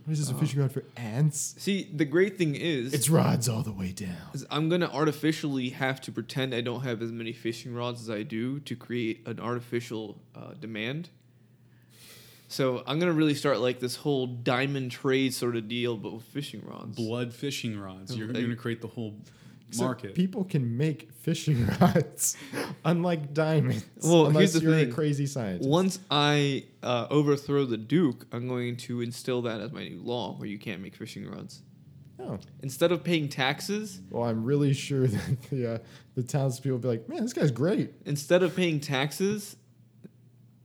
What is this? A fishing rod for ants?
See, the great thing is,
It's rods all the way down.
is I'm gonna artificially have to pretend I don't have as many fishing rods as I do to create an artificial uh, demand. So I'm gonna really start like this whole diamond trade sort of deal, but with fishing rods.
Blood fishing rods. You're, you're gonna create the whole
So
market.
people can make fishing rods, unlike diamonds.
Well, here's
unless
the
you're
thing.
a crazy scientist.
Once I uh, overthrow the Duke, I'm going to instill that as my new law where you can't make fishing rods.
Oh.
Instead of paying taxes,
Well, I'm really sure that the uh, the townspeople will be like, man, this guy's great.
instead of paying taxes,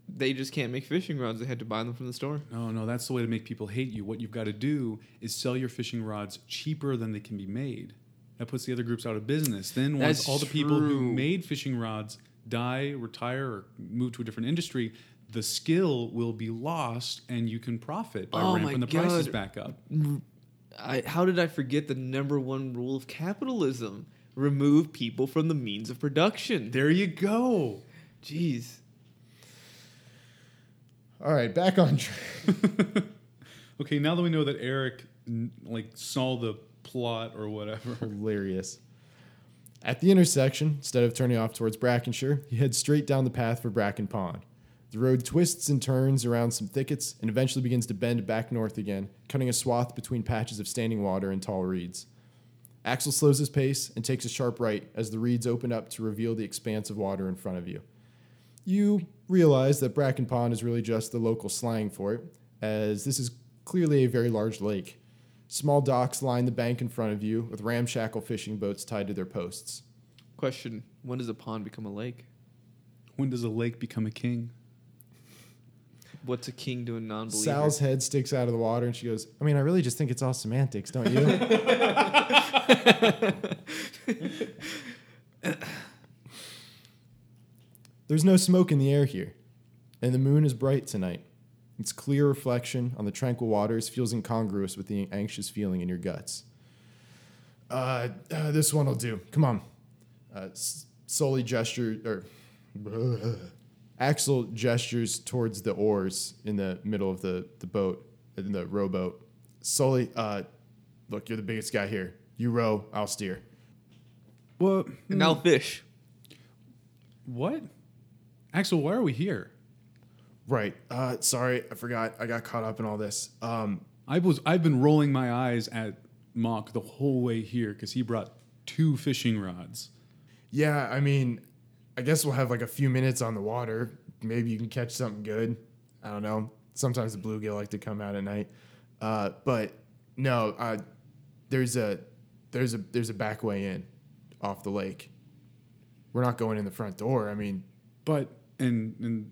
they just can't make fishing rods. They had to buy them from the store.
No, no, that's the way to make people hate you. What you've got to do is sell your fishing rods cheaper than they can be made. That puts the other groups out of business. Then once
That's
all the people who
true.
made fishing rods die, retire, or move to a different industry, the skill will be lost, and you can profit by
Oh my
ramping the prices
God.
back up.
I, how did I forget the number one rule of capitalism? remove people from the means of production.
There you go.
Jeez.
All right, back on track.
Okay, now that we know that Eric n- like saw the plot or whatever,
Hilarious. At the intersection, instead of turning off towards Brackenshire, he heads straight down the path for Bracken Pond. The road twists and turns around some thickets and eventually begins to bend back north again, cutting a swath between patches of standing water and tall reeds. Axel slows his pace and takes a sharp right as the reeds open up to reveal the expanse of water in front of you. You realize that Bracken Pond is really just the local slang for it, as this is clearly a very large lake. Small docks line the bank in front of you with ramshackle fishing boats tied to their posts.
Question When does a pond become a lake?
when does a lake become a king?
What's a king to a non believer?
Sal's head sticks out of the water and she goes, I mean, I really just think it's all semantics, don't you? There's no smoke in the air here, and the moon is bright tonight. Its clear reflection on the tranquil waters feels incongruous with the anxious feeling in your guts. Uh, uh, this one will do. Come on. Uh, S- Sully gestured, or Axel gestures towards the oars in the middle of the, the boat, in the rowboat. Sully, uh, look, you're the biggest guy here. You row, I'll steer.
Well,
And now fish.
what? Axel, why are we here?
Right. Uh, sorry, I forgot. I got caught up in all this. Um,
I was I've been rolling my eyes at Mock the whole way here because he brought two fishing rods.
yeah, I mean, I guess we'll have like a few minutes on the water. Maybe you can catch something good. I don't know. Sometimes the bluegill like to come out at night. Uh, but no, uh, there's a there's a there's a back way in off the lake. We're not going in the front door. I mean,
But and and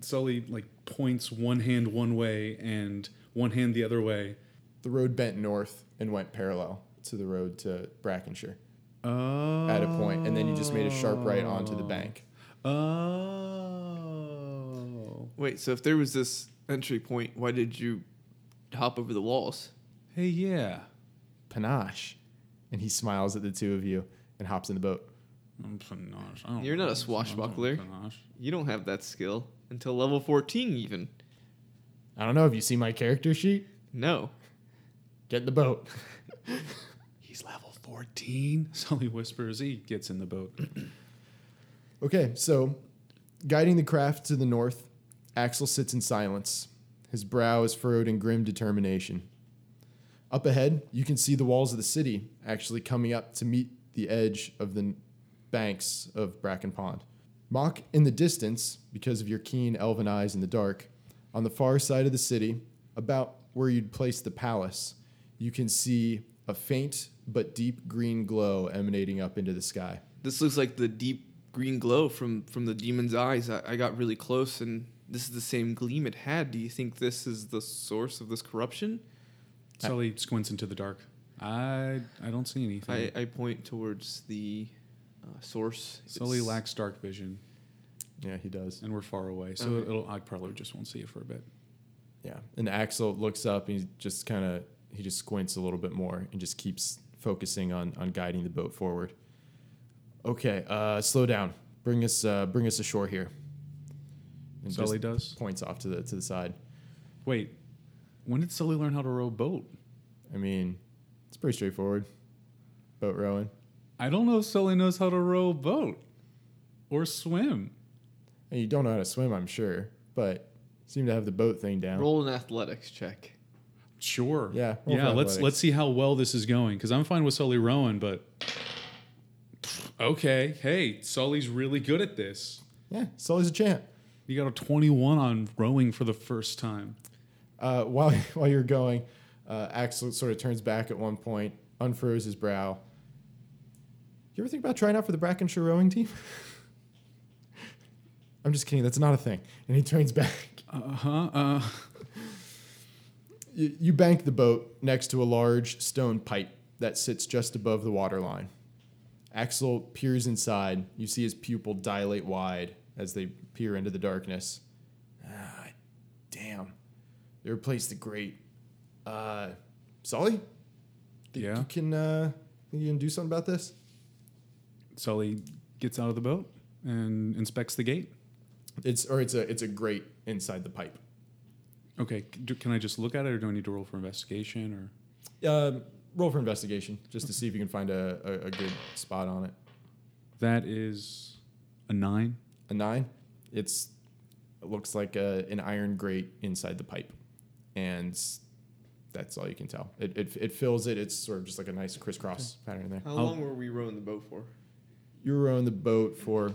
Sully like points one hand one way and one hand the other way.
the road bent north and went parallel to the road to Brackenshire
Oh.
at a point, and then you just made a sharp right onto the bank.
Oh.
Wait, so if there was this entry point, why did you hop over the walls?
Hey, yeah.
panache. And he smiles at the two of you and hops in the boat.
I'm panache. I don't
You're not a
I'm
swashbuckler.
panache.
You don't have that skill until level 14, even.
I don't know. Have you seen my character sheet?
No.
Get in the boat.
He's level 14. Sully whispers. He gets in the boat.
Okay, so guiding the craft to the north, Axel sits in silence. His brow is furrowed in grim determination. Up ahead, you can see the walls of the city actually coming up to meet the edge of the n- banks of Bracken Pond. Mock in the distance, because of your keen elven eyes in the dark, on the far side of the city, about where you'd place the palace, you can see a faint but deep green glow emanating up into the sky.
This looks like the deep green glow from, from the demon's eyes. I, I got really close, and this is the same gleam it had. Do you think this is the source of this corruption?
Sully squints into the dark. I I don't see anything.
I, I point towards the uh, source.
Sully
It's-
lacks dark vision,
Yeah, he does.
and we're far away, so
Okay.
it'll, I probably just won't see it for a bit.
Yeah. And Axel looks up and he just kind of he just squints a little bit more and just keeps focusing on on guiding the boat forward. Okay, uh slow down. Bring us uh bring us ashore here. And
Sully
just
does.
points off to the to the side.
Wait, when did Sully learn how to row a boat?
I mean, it's pretty straightforward. Boat rowing.
I don't know if Sully knows how to row a boat or swim.
And you don't know how to swim, I'm sure, but seem to have the boat thing down.
Roll an athletics check.
Sure.
Yeah, roll
Yeah. Let's
for athletics.
let's see how well this is going because I'm fine with Sully rowing, but okay. Hey, Sully's really good at this.
Yeah, Sully's a champ.
You got a 21 on rowing for the first time.
uh, while while you're going, uh, Axel sort of turns back at one point, unfurrows his brow. You ever think about trying out for the Brackenshire rowing team? I'm just kidding. That's not a thing. And he turns back.
Uh huh. Uh.
You, you bank the boat next to a large stone pipe that sits just above the waterline. Axel peers inside. You see his pupil dilate wide as they peer into the darkness. Ah, damn. They replaced the grate. Uh, Sully? Think
Yeah.
You can, uh, Think you can do something about this?
Sully gets out of the boat and inspects the gate.
It's or it's a it's a grate inside the pipe.
Okay, c- do, can I just look at it, or do I need to roll for investigation? Or
Um, roll for investigation just to see if you can find a, a, a good spot on it.
that is a nine.
A nine. It's it looks like a, an iron grate inside the pipe, and that's all you can tell. It, it, it fills it. It's sort of just like a nice crisscross pattern there.
How
I'll-
long were we rowing the boat for?
You were on the boat for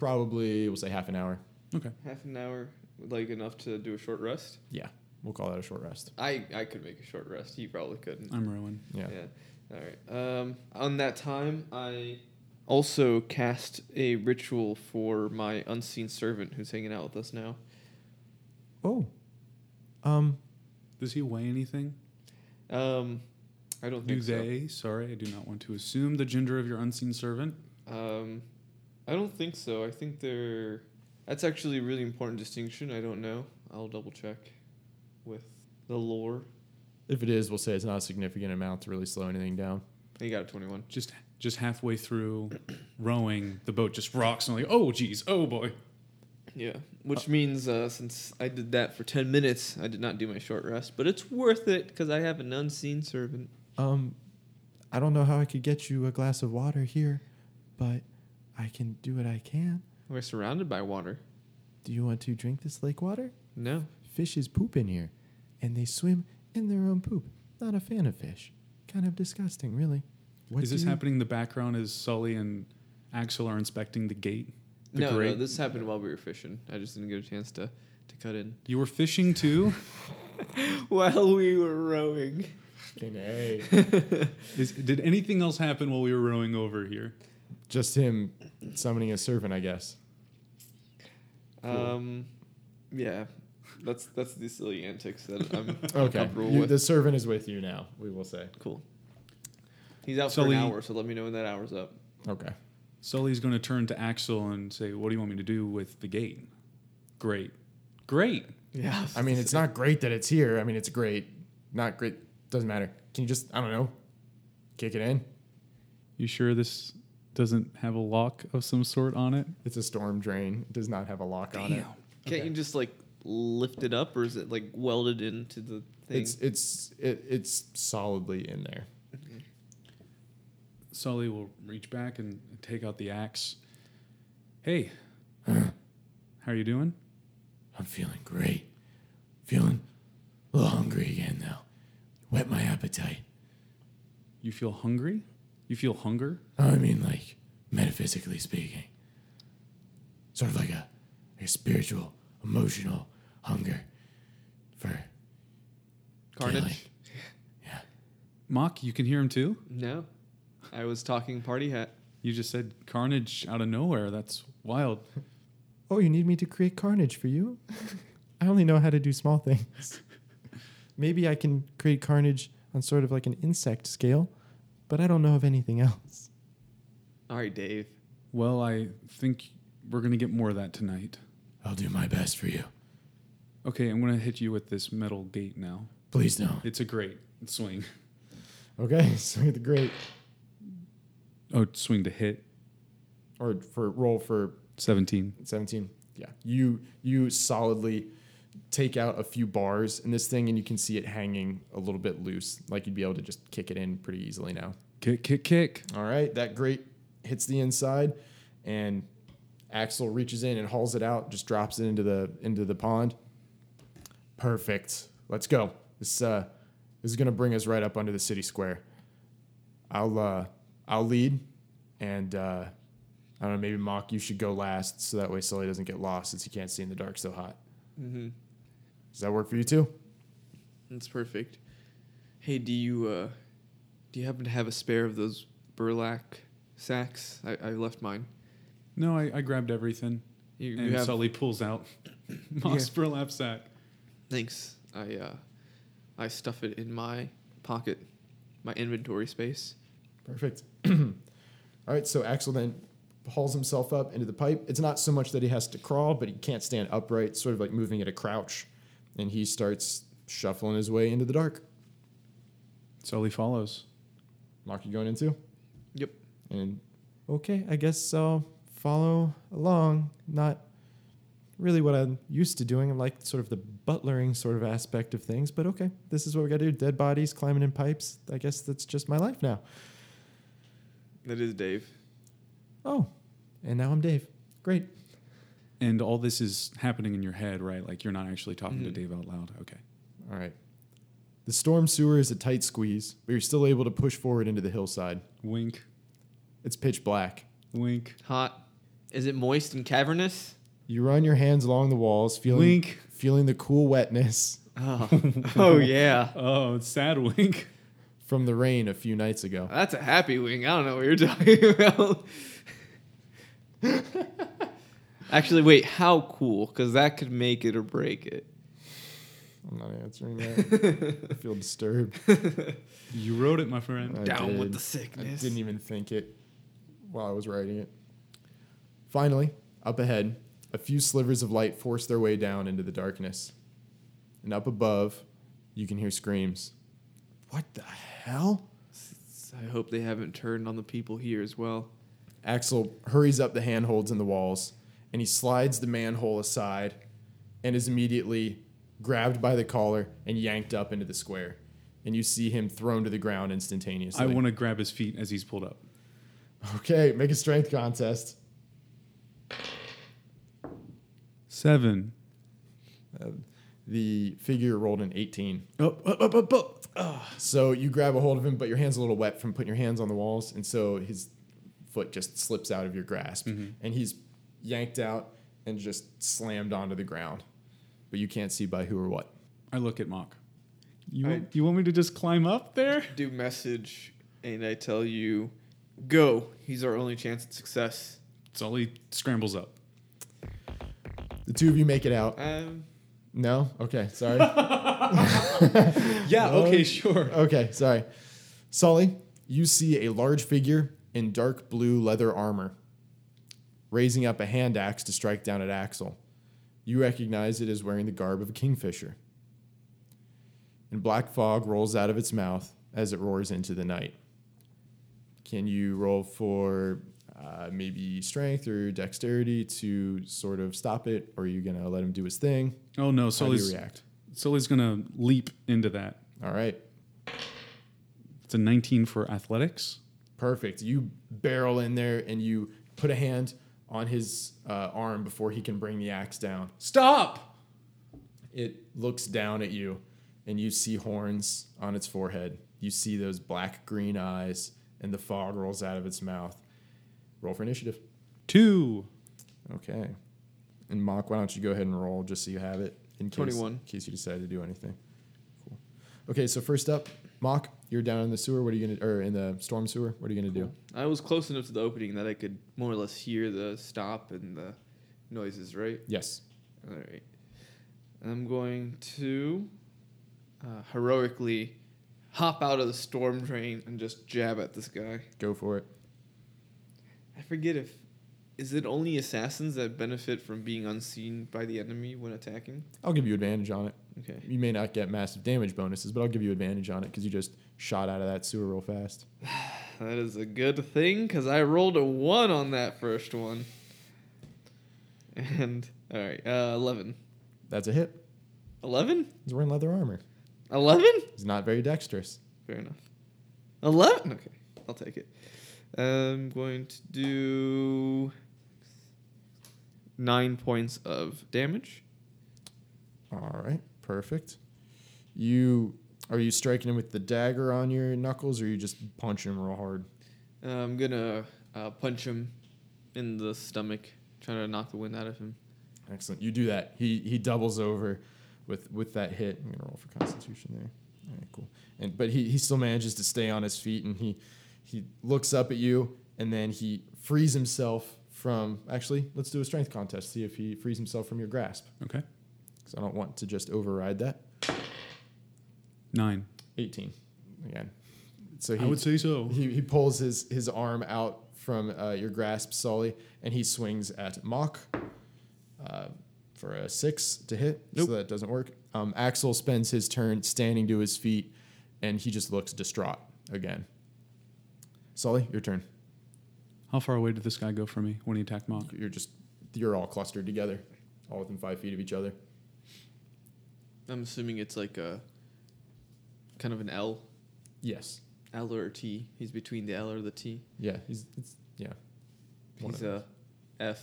probably we'll say half an hour.
Okay,
Half an hour, like enough to do a short rest.
Yeah, we'll call that a short rest.
I I could make a short rest. He probably couldn't.
I'm Rowan.
Yeah.
All right. Um, on that time, I also cast a ritual for my unseen servant who's hanging out with us now.
Oh. Um.
Does he weigh anything?
Um, I don't
Do
think so.
they? Sorry, I do not want to assume the gender of your unseen servant.
Um, I don't think so. I think they're. That's actually a really important distinction. I don't know. I'll double check with the lore.
If it is, we'll say it's not a significant amount to really slow anything down.
He got a 21.
Just just halfway through rowing, the boat just rocks, and I'm like, oh geez, oh boy.
Yeah. Which means uh, since I did that for 10 minutes, I did not do my short rest. But it's worth it because I have an unseen servant.
Um, I don't know how I could get you a glass of water here, but I can do what I can.
We're surrounded by water.
Do you want to drink this lake water?
No.
Fishes poop in here, and they swim in their own poop. Not a fan of fish. Kind of disgusting, really. What
Is
do
this
you-
happening in the background as Sully and Axel are inspecting the gate? The
no, no,
grate?
this happened while we were fishing. I just didn't get a chance to, to cut in.
You were fishing too?
While we were rowing.
Is, did anything else happen while we were rowing over here?
Just him summoning a servant, I guess.
Um, yeah. That's that's the silly antics that I'm
Okay.
comfortable
You-
with.
the servant is with you now, we will say.
Cool. He's out
So
for an
we-
hour, so let me know when that hour's up.
Okay.
Sully's going to turn to Axel and say, What do you want me to do with the gate? Great. Great.
Yeah.
I mean, it's not great that it's here. I mean, it's great. Not great. Doesn't matter. Can you just, I don't know, kick it in?
You sure this doesn't have a lock of some sort on it?
It's a storm drain. It does not have a lock on it.
Can't you just like lift it up, or is it like welded into the thing?
It's it's it, it's solidly in there.
Sully will reach back and take out the axe. Hey, how are you doing?
I'm feeling great. Feeling a little hungry again, though. Whet my appetite.
You feel hungry? You feel hunger?
I mean, like, metaphysically speaking. Sort of like a, a spiritual, emotional hunger for
carnage.
killing.
Mock, you can hear him too?
No, I was talking party hat.
You just said carnage out of nowhere. That's wild.
Oh, you need me to create carnage for you? I only know how to do small things. Maybe I can create carnage on sort of like an insect scale, but I don't know of anything else.
All right, Dave.
Well, I think we're going to get more of that tonight.
I'll do my best for you.
Okay, I'm going to hit you with this metal gate now.
Please don't.
It's a great swing.
Okay, so the great
Oh, swing to hit.
or for roll for
17.
17 yeah you you solidly take out a few bars in this thing and you can see it hanging a little bit loose like you'd be able to just kick it in pretty easily now
Kick, kick, kick.
all right that grate hits the inside and axel reaches in and hauls it out just drops it into the into the pond perfect let's go this uh this is gonna bring us right up under the city square i'll uh i'll lead and uh I don't know, maybe Mock, you should go last so that way Sully doesn't get lost since he can't see in the dark so hot.
Mm-hmm.
Does that work for you too?
That's perfect. Hey, do you uh, do you happen to have a spare of those burlap sacks? I, I left mine.
No, I, I grabbed everything.
You, you
And
have
Sully pulls out Moss burlap sack.
Thanks. I uh, I stuff it in my pocket, my inventory space.
Perfect. All right, so Axel then hauls himself up into the pipe. It's not so much that he has to crawl, but he can't stand upright, sort of like moving at a crouch. And he starts shuffling his way into the dark.
Sully follows.
Mock, you going into?
Yep.
And okay, I guess I'll follow along. Not really what I'm used to doing. I'm like sort of the butlering sort of aspect of things, but okay, this is what we got to do. Dead bodies, climbing in pipes. I guess that's just my life now.
That is Dave.
Oh, and now I'm Dave. Great.
And all this is happening in your head, right? Like you're not actually talking to
Mhm.
Dave out loud. Okay.
All right. The storm sewer is a tight squeeze, but you're still able to push forward into the hillside.
Wink,
It's pitch black.
wink,
Hot. Is it moist and cavernous?
You run your hands along the walls, feeling
wink.
feeling the cool wetness
Oh, oh yeah.
Oh, it's sad wink.
from the rain a few nights ago.
That's a happy wing. I don't know what you're talking about. Actually, wait. How cool? Because that could make it or break it.
I'm not answering that. I feel disturbed.
You wrote it, my friend.
I
Down with
did.
the
I
sickness.
didn't even think it while I was writing it. Finally, up ahead, a few slivers of light force their way down into the darkness. And up above, you can hear screams. What the hell?
I hope they haven't turned on the people here as well.
Axel hurries up the handholds in the walls and he slides the manhole aside and is immediately grabbed by the collar and yanked up into the square. And you see him thrown to the ground instantaneously.
I want to grab his feet as he's pulled up.
Okay, make a strength contest.
Seven.
The figure rolled an 18.
Up, Oh, up, up, up, up.
So you grab a hold of him, but your hand's a little wet from putting your hands on the walls, and so his foot just slips out of your grasp, and he's yanked out and just slammed onto the ground. But you can't see by who or what.
I look at Mock. You
I-
want, you want me to just climb up there?
Do message, and I tell you, go. He's our only chance at success.
Sully scrambles up.
The two of you make it out.
Um,
No? Okay, sorry.
Yeah,
okay,
sure.
okay, sorry. Sully, you see a large figure in dark blue leather armor raising up a hand axe to strike down at Axel. You recognize it as wearing the garb of a kingfisher. And black fog rolls out of its mouth as it roars into the night. Can you roll for uh, maybe strength or dexterity to sort of stop it, or are you going to let him do his thing?
Oh no,
How do you
Sully's,
react?
Sully's gonna leap into that.
All right.
It's a 19 for athletics.
Perfect. You barrel in there and you put a hand on his uh, arm before he can bring the axe down.
Stop!
It looks down at you and you see horns on its forehead. You see those black green eyes and the fog rolls out of its mouth. Roll for initiative.
Two.
Okay. And Mock, why don't you go ahead and roll just so you have it in case,
21.
in case you decide to do anything. Cool. Okay, so first up, Mock, you're down in the sewer. What are you going to, or in the storm sewer? What are you going to do?
I was close enough to the opening that I could more or less hear the stop and the noises, right?
Yes.
All right. I'm going to uh, heroically hop out of the storm drain and just jab at this guy.
Go for it.
I forget if is it only assassins that benefit from being unseen by the enemy when attacking?
I'll give you advantage on it.
Okay.
You may not get massive damage bonuses, but I'll give you advantage on it because you just shot out of that sewer real fast.
That is a good thing because I rolled a one on that first one. And all right, uh, eleven.
That's a hit.
Eleven?
He's wearing leather armor.
Eleven?
He's not very dexterous.
Fair enough. Eleven. Okay, I'll take it. I'm going to do nine points of damage.
All right, perfect. You are you striking him with the dagger on your knuckles, or are you just punching him real hard?
I'm gonna uh, punch him in the stomach, trying to knock the wind out of him.
Excellent. You do that. He he doubles over with with that hit. I'm gonna roll for Constitution there. All right, cool. And but he he still manages to stay on his feet, and he he looks up at you, and then he frees himself from. Actually, let's do a strength contest. See if he frees himself from your grasp,
Okay.
because I don't want to just override that.
Nine.
18 again. So he
I would say so.
he, he pulls his his arm out from uh, your grasp, Sully, and he swings at Mock uh, for a six to hit. So that doesn't work. Um, Axel spends his turn standing to his feet, and he just looks distraught again. Sully, your turn.
How far away did this guy go from me when he attacked Mock?
You're just you're all clustered together, all within five feet of each other.
I'm assuming it's like a kind of an L,
Yes.
L or a T. He's between the L or the T.
Yeah. He's it's, yeah. One
He's
of
a F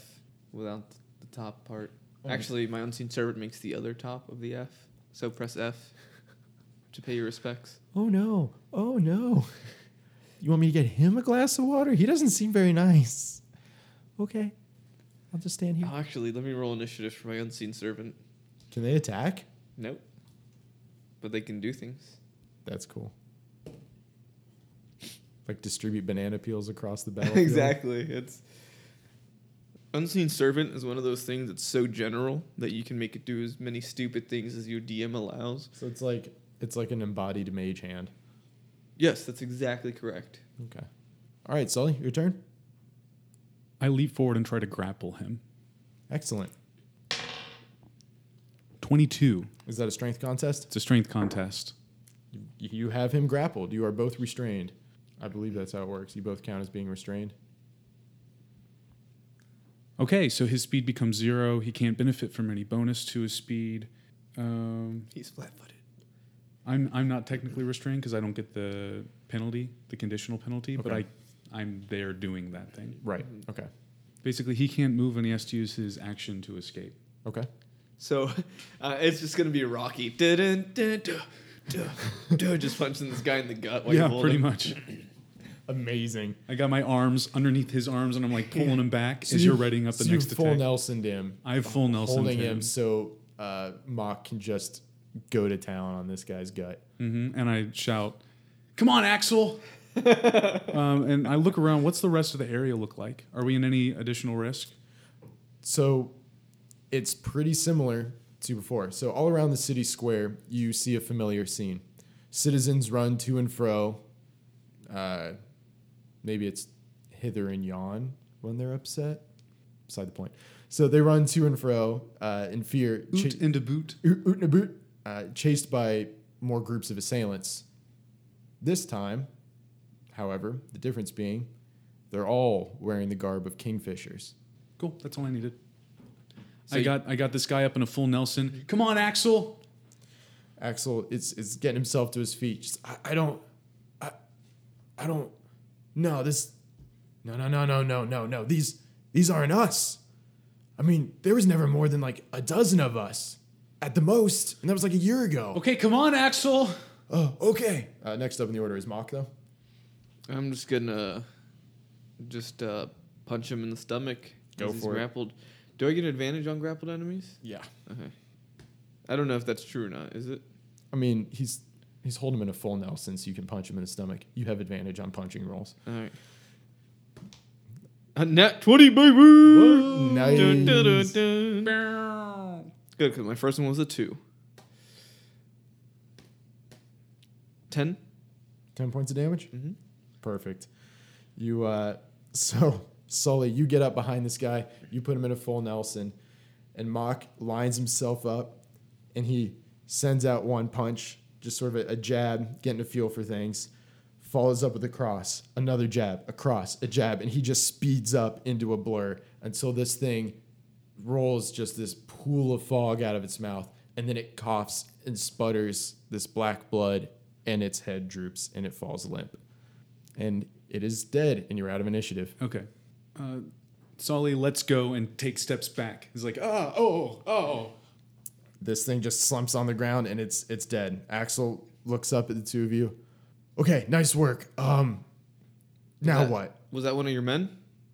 without the top part.
Oh.
Actually, my unseen servant makes the other top of the F. So press F to pay your respects.
Oh no! Oh no! You want me to get him a glass of water? He doesn't seem very nice. Okay, I'll just stand
Oh, actually, let me roll initiative for my unseen servant.
Can they attack?
Nope. But they can do things.
That's cool. Like distribute banana peels across the battlefield.
exactly. It's unseen servant is one of those things that's so general that you can make it do as many stupid things as your DM allows.
So it's like it's like an embodied mage hand.
Yes, that's exactly correct.
Okay. All right, Sully, your turn.
I leap forward and try to grapple him.
Excellent.
22.
Is that a strength contest?
It's a strength contest.
You have him grappled. You are both restrained. I believe that's how it works. You both count as being restrained.
Okay, so his speed becomes zero. He can't benefit from any bonus to his speed. Um,
He's flat-footed.
I'm I'm not technically restrained because I don't get the penalty, the conditional penalty, but I
Okay.
I'm there doing that thing.
Right. Okay.
Basically, he can't move and he has to use his action to escape.
Okay.
So uh, it's just gonna be Rocky. Dun, dun, dun, dun, dun, just punching this guy in the gut. While
yeah,
you hold
pretty
him.
much.
Amazing.
I got my arms underneath his arms and I'm like pulling him back
So
as
you-
you're readying up the
so
next
you full
attack.
Nelson him,
I have full Nelson.
holding him so uh, Mock can just go to town on this guy's gut.
hmm And I shout, Come on, Axel! um, and I look around. What's the rest of the area look like? Are we in any additional risk?
So it's pretty similar to before. So all around the city square, you see a familiar scene. Citizens run to and fro. Uh, maybe it's hither and yon when they're upset. Beside the point. So they run to and fro uh, in fear.
Oot
cha-
and a boot.
Oot- oot and a boot, uh, chased by more groups of assailants. This time, however, the difference being they're all wearing the garb of kingfishers.
Cool. That's all I needed.
So
I
you-
got I got this guy up in a full Nelson. Come on, Axel!
Axel is, is getting himself to his feet. Just, I, I don't, I, I don't, no, this, no, no, no, no, no, no, no. These, these aren't us. I mean, there was never more than like a dozen of us at the most. And that was like a year ago.
Okay, come on, Axel!
Oh, okay. Uh, next up in the order is Mock, though.
I'm just gonna just uh, punch him in the stomach.
Go
'cause he's
for it.
grappled. Do I get an advantage on grappled enemies?
Yeah.
Okay. I don't know if that's true or not. Is it?
I mean, he's he's holding him in a full Nelson, so you can punch him in the stomach. You have advantage on punching rolls.
All right. A nat 20, baby! Dun, dun, dun,
Nice.
dun. Good, because my first one was a 2. 10?
Ten points of damage.
Mhm.
Perfect. You uh, so Sully, you get up behind this guy. You put him in a full Nelson, and Mock lines himself up, and he sends out one punch, just sort of a, a jab, getting a feel for things. Follows up with a cross, another jab, a cross, a jab, and he just speeds up into a blur until this thing rolls just this pool of fog out of its mouth, and then it coughs and sputters this black blood, and its head droops and it falls limp. And it is dead, and you're out of initiative.
Okay. Uh, Solly lets go and takes steps back. He's like, ah, oh, oh.
This thing just slumps on the ground and it's it's dead. Axel looks up at the two of you. Okay, nice work. Um now
That-
what?
Was that one of your men?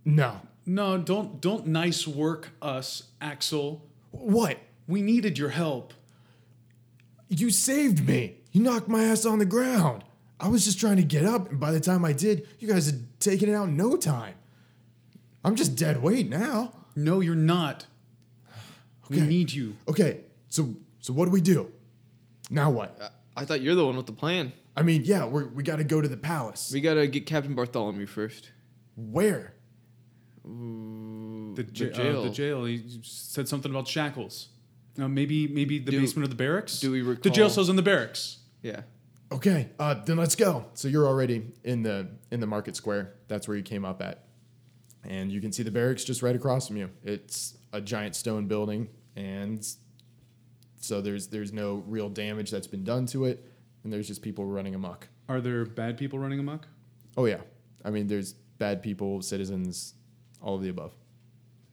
No.
No, don't don't nice work us, Axel.
What?
We needed your help.
You saved me. You knocked my ass on the ground. I was just trying to get up, and by the time I did, you guys had taken it out in no time. I'm just dead weight now.
No, you're not. We
Okay.
need you.
Okay, so so what do we do? Now what?
I thought you're the one with the plan.
I mean, yeah, we're, we got to go to the palace.
We gotta get Captain Bartholomew first.
Where?
The, j-
jail.
Uh, the jail. He said something about shackles. Uh, maybe maybe the
Do-
basement of the barracks.
do we
The jail
recall-
cells in the barracks.
Yeah.
Okay, uh, then let's go. So you're already in the in the market square. That's where you came up at, and you can see the barracks just right across from you. It's a giant stone building, and so there's there's no real damage that's been done to it, and there's just people running amok.
Are there bad people running amok?
Oh yeah, I mean there's bad people, citizens, all of the above.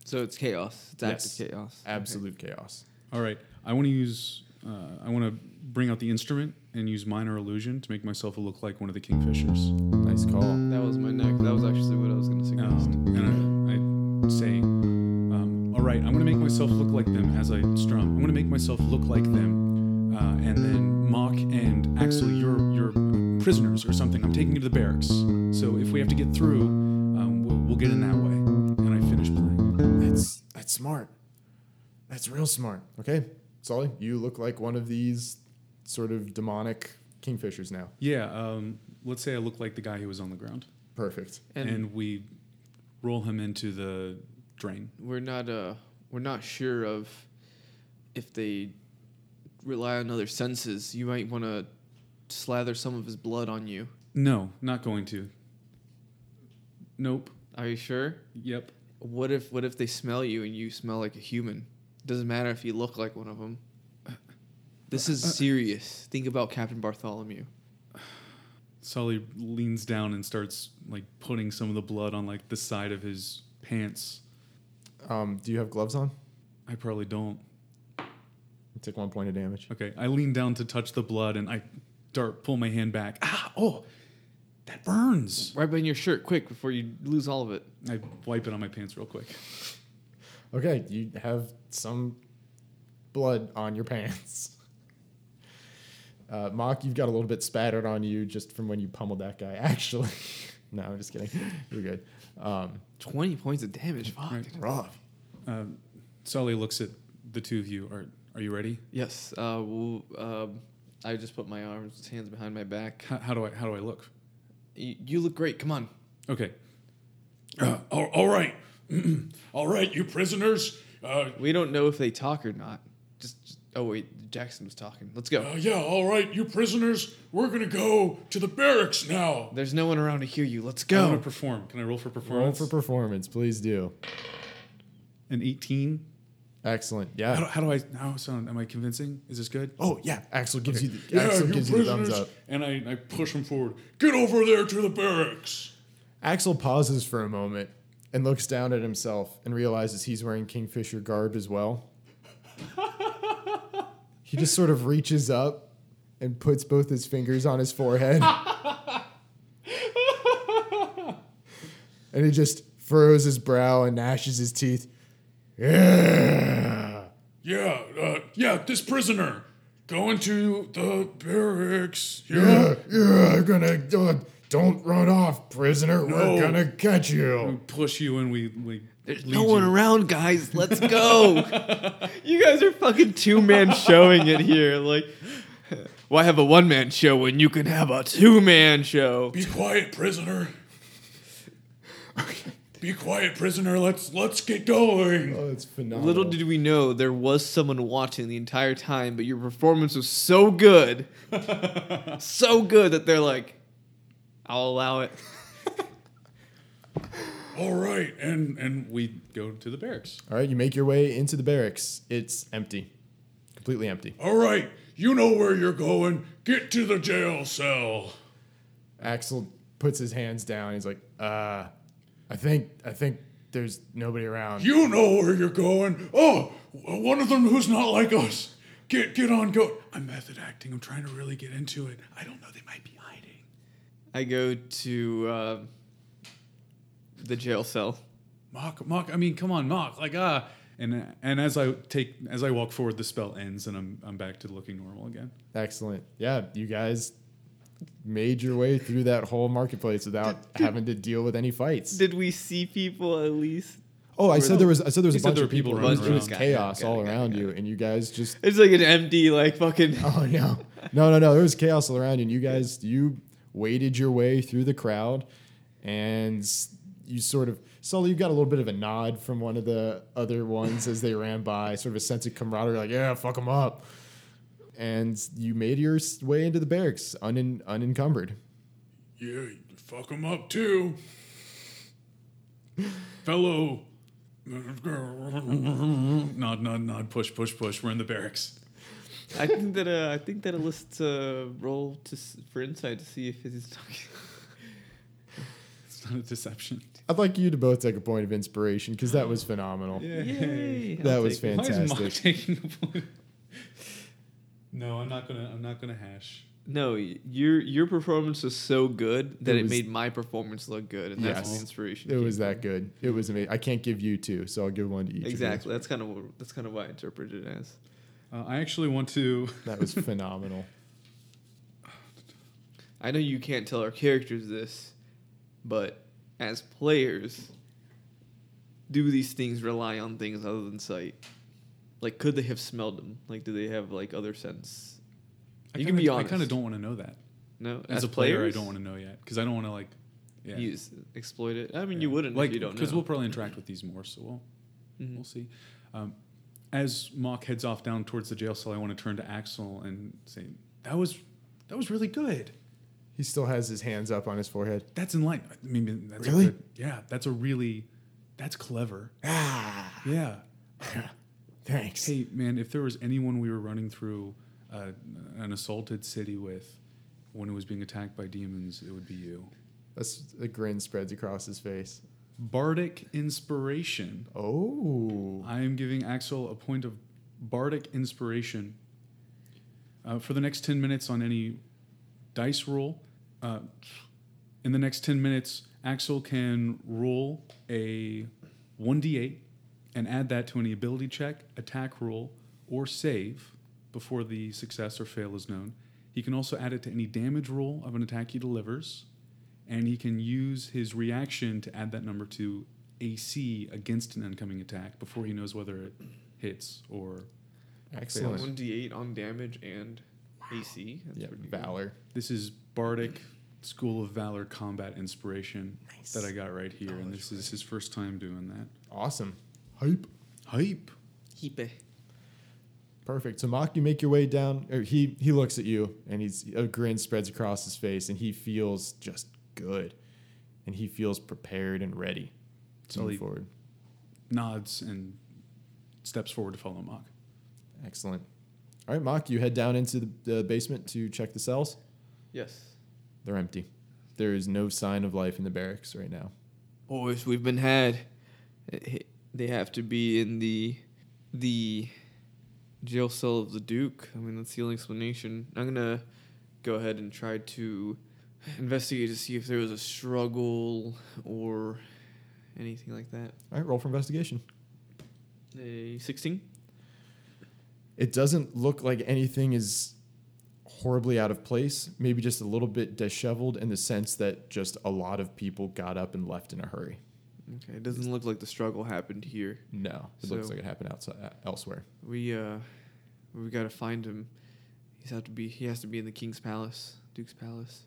So it's chaos. It's
Yes.
active chaos.
Absolute chaos.
All right. I want to use. Uh, I want to bring out the instrument and use minor illusion to make myself look like one of the kingfishers.
Nice call.
That was my neck. That was actually what I was going to suggest.
Um, and I, I say, um, all right, I'm going to make myself look like them as I strum. I'm going to make myself look like them. Uh, and then Mock and Axel, you're, you're prisoners or something. I'm taking you to the barracks. So if we have to get through, um, we'll, we'll get in that way. And I finish playing.
That's that's smart. That's real smart. Okay, Solly, you look like one of these sort of demonic kingfishers now.
Yeah, um, let's say I look like the guy who was on the ground.
Perfect.
And,
And, we roll him into the drain.
we're not uh we're not sure of if they rely on other senses. You might want to slather some of his blood on you.
No, not going to. Nope.
Are you sure?
Yep.
What if what if they smell you and you smell like a human? Doesn't matter if you look like one of them. This
Uh,
is serious. Think about Captain Bartholomew.
Sully leans down and starts like putting some of the blood on like the side of his pants.
Um, do you have gloves on?
I probably don't.
You take one point of damage.
Okay, I lean down to touch the blood and I dart pull my hand back. Ah, oh, that burns.
Right in your shirt, quick, before you lose all of it.
I wipe it on my pants real quick.
Okay, you have some blood on your pants. Uh, Mock, you've got a little bit spattered on you just from when you pummeled that guy. Actually, no, I'm just kidding. You're good. Um,
Twenty points of damage. Fuck.
Right.
rough.
Um, Sully looks at the two of you. Are Are you ready?
Yes. Uh, we'll, um, I just put my arms, hands behind my back.
How, how do I How do I look?
You, you look great. Come on.
Okay. Uh, all, all right, all right, you prisoners. Uh,
We don't know if they talk or not. Just, just- oh wait, Jackson was talking. Let's go.
uh, yeah, all right, you prisoners. We're gonna go to the barracks now.
There's no one around to hear you. Let's
I
go.
want to perform. Can I roll for
Roll
performance?
for performance, please do.
An 18.
Excellent.
How do,
Yeah.
how do I now sound? Am I convincing? Is this good?
Oh yeah. Axel gives you the Axel gives you the thumbs up.
And I, I push him forward. Get over there to the barracks.
Axel pauses for a moment and looks down at himself and realizes he's wearing Kingfisher garb as well. he just sort of reaches up and puts both his fingers on his forehead. and he just furrows his brow and gnashes his teeth. Yeah.
Yeah, uh, yeah, this prisoner. Going to the barracks.
Yeah, yeah, I'm gonna uh, don't run off, prisoner.
No.
We're gonna catch
We
you.
push you and we, we
There's
lead
no one
you.
around, guys. Let's go. you guys are fucking two man showing it here. Like, why have a one man show when you can have a two man show?
Be quiet, prisoner. Be quiet, prisoner. Let's let's get going.
Oh, it's phenomenal.
Little did we know there was someone watching the entire time, but your performance was so good, so good that they're like, "I'll allow it."
All right, and and we go to the barracks.
All right, you make your way into the barracks. It's empty, completely empty.
All right, you know where you're going. Get to the jail cell.
Axel puts his hands down. He's like, "Uh, I think I think there's nobody around."
You know where you're going. Oh, w- one of them who's not like us. Get get on go. I'm method acting. I'm trying to really get into it. I don't know. They might be hiding.
I go to uh, the jail cell.
Mock, mock. I mean, come on, mock. Like ah. And and as I take as I walk forward, the spell ends, and I'm I'm back to looking normal again.
Excellent. Yeah, you guys made your way through that whole marketplace without having to deal with any fights.
Did we see people at least?
Oh, I said there was I said there was
He
a
said
bunch
there
of
were people
people.
running
around. It was
around. Got it,
chaos
got it,
all
got it,
around
got
you, and you guys just
It's like an empty, like fucking.
Oh no, no, no, no! There was chaos all around, you, and you guys, you waded your way through the crowd, and s- you sort of, Sully, you got a little bit of a nod from one of the other ones as they ran by, sort of a sense of camaraderie, like, yeah, fuck them up. and you made your s- way into the barracks unen- unencumbered.
Yeah, fuck him up too. Fellow. nod, nod, nod. Push, push, push. We're in the barracks.
I think that uh, I think that enlists uh, roll to s- for insight to see if he's talking.
It's not a deception.
I'd like you to both take a point of inspiration because that was phenomenal.
Yay!
That
I'll
was
take it.
Why is Mock
fantastic.
taking the point? No, I'm not gonna. I'm not gonna hash.
No, y- your your performance was so good that
It
it,
was-
made my performance look good, and that's
Yes.
where the inspiration.
It
came
was
from.
that good. It was amazing. I can't give you two, so I'll give one to each. of you.
Exactly. That's kind of that's kind of what I interpreted it as.
Uh, I actually want to.
That was phenomenal.
I know you can't tell our characters this, but as players, do these things rely on things other than sight? Like, could they have smelled them? Like, do they have like other sense?
I
You
kinda,
can be
I kind of
honest.
don't want to know that.
No,
As, a player, I don't want to know yet because I don't want to like. Yeah.
use exploit it. I mean,
yeah.
you wouldn't
like
if you don't know.
because we'll probably interact with these more, so we'll
Mhm.
we'll see. Um, as Mock heads off down towards the jail cell, I want to turn to Axel and say, "That was that was really good.
He still has his hands up on his forehead.
That's enlightening. I mean, that's a
Really?
good, yeah, that's a really that's clever.
Ah,
Yeah.
thanks.
Hey, man, if there was anyone we were running through uh, an assaulted city with when it was being attacked by demons, it would be you.
That's, a grin spreads across his face.
Bardic inspiration.
Oh,
I am giving Axel a point of bardic inspiration. Uh, for the next 10 minutes on any dice roll, uh, in the next 10 minutes, Axel can roll a 1d8 and add that to any ability check, attack roll, or save before the success or fail is known. He can also add it to any damage roll of an attack he delivers, and he can use his reaction to add that number to AC against an incoming attack before he knows whether it hits or.
excellent.
one d eight on damage and AC. That's
Yeah,
pretty good.
valor.
This is Bardic School of Valor combat inspiration that I got right here, and this is his first time doing that.
Awesome. Hype.
Hype.
Heepe.
Perfect. So Mock, you make your way down. Or he he looks at you, and he's a grin spreads across his face, and he feels just good, and he feels prepared and ready to
Well,
move
he-
forward.
Nods and steps forward to follow Mock.
Excellent. All right, Mock, you head down into the, the basement to check the cells.
Yes.
They're empty. There is no sign of life in the barracks right now.
Boys, we've been had. Eh, They have to be in the the jail cell of the Duke. I mean, that's the only explanation. I'm gonna go ahead and try to investigate to see if there was a struggle or anything like that.
All right, roll for investigation.
A sixteen.
It doesn't look like anything is horribly out of place, maybe just a little bit disheveled in the sense that just a lot of people got up and left in a hurry.
Okay, it doesn't look like the struggle happened here.
No, it looks
So-
like it happened outside, elsewhere.
We uh, we gotta find him. He's have to be. He has to be in the king's palace, Duke's palace.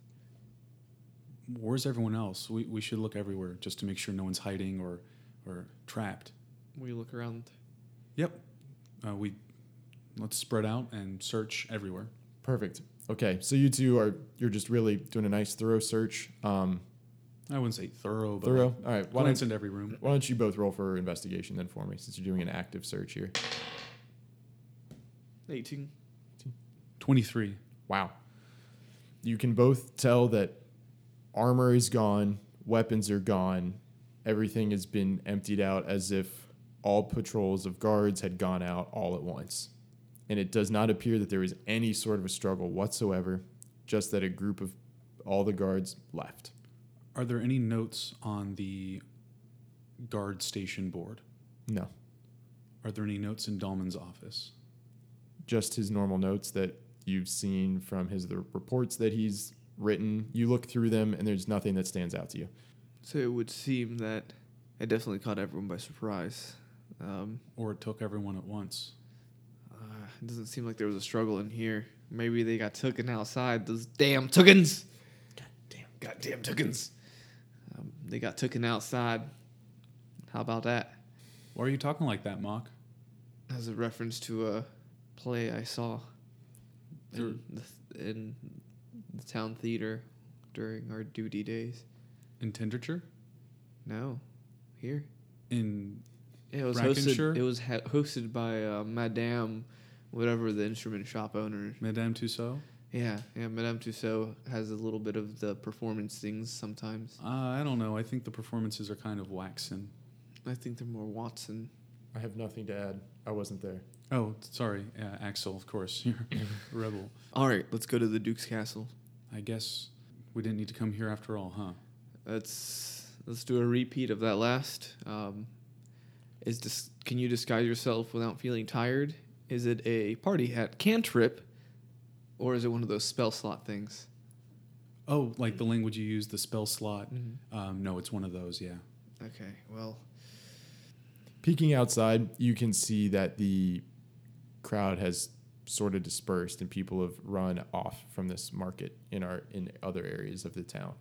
Where's everyone else? We, we should look everywhere just to make sure no one's hiding or, or trapped.
We look around.
Yep. Uh, we let's spread out and search everywhere.
Perfect. Okay, so you two are you're just really doing a nice thorough search. Um,
I wouldn't say thorough, but
thorough. All right. Why
glance
don't,
into every room.
why don't you both roll for investigation then for me, since you're doing an active search here?
Eighteen.
Twenty-three.
Wow. You can both tell that armor is gone, weapons are gone, everything has been emptied out as if all patrols of guards had gone out all at once. And it does not appear that there is any sort of a struggle whatsoever, just that a group of all the guards left.
Are there any notes on the guard station board?
No,
Are there any notes in Dahlman's office?
just his normal notes that you've seen from his the reports that he's written. You look through them and there's nothing that stands out to you.
So it would seem that it definitely caught everyone by surprise. Um,
Or it took everyone at once?
uh, it doesn't seem like there was a struggle in here. Maybe they got taken outside. Those damn tookens. Goddamn, goddamn tookens. Um, they got taken outside. How about that?
Why are you talking like that, Mock?
As a reference to a play I saw.
There-
in the, th- in the town theater during our duty days.
in Tenderture,
No, here
in
it was hosted.
Brackenshire?
It was ha- hosted by uh, Madame, whatever the instrument shop owner.
Madame Tussaud.
Yeah, yeah. Madame Tussaud has a little bit of the performance things sometimes.
Uh, I don't know. I think the performances are kind of waxing.
I think they're more Watson.
I have nothing to add. I wasn't there.
Oh, sorry, uh, Axel. Of course, you're a rebel.
All right, let's go to the Duke's Castle.
I guess we didn't need to come here after all, huh?
Let's let's do a repeat of that last. Um, is dis- can you disguise yourself without feeling tired? Is it a party hat cantrip, or is it one of those spell slot things?
Oh, like the language you use, the spell slot. Um, no, it's one of those. Yeah.
Okay, well,
Peeking outside, you can see that the crowd has sort of dispersed and people have run off from this market in our in other areas of the town.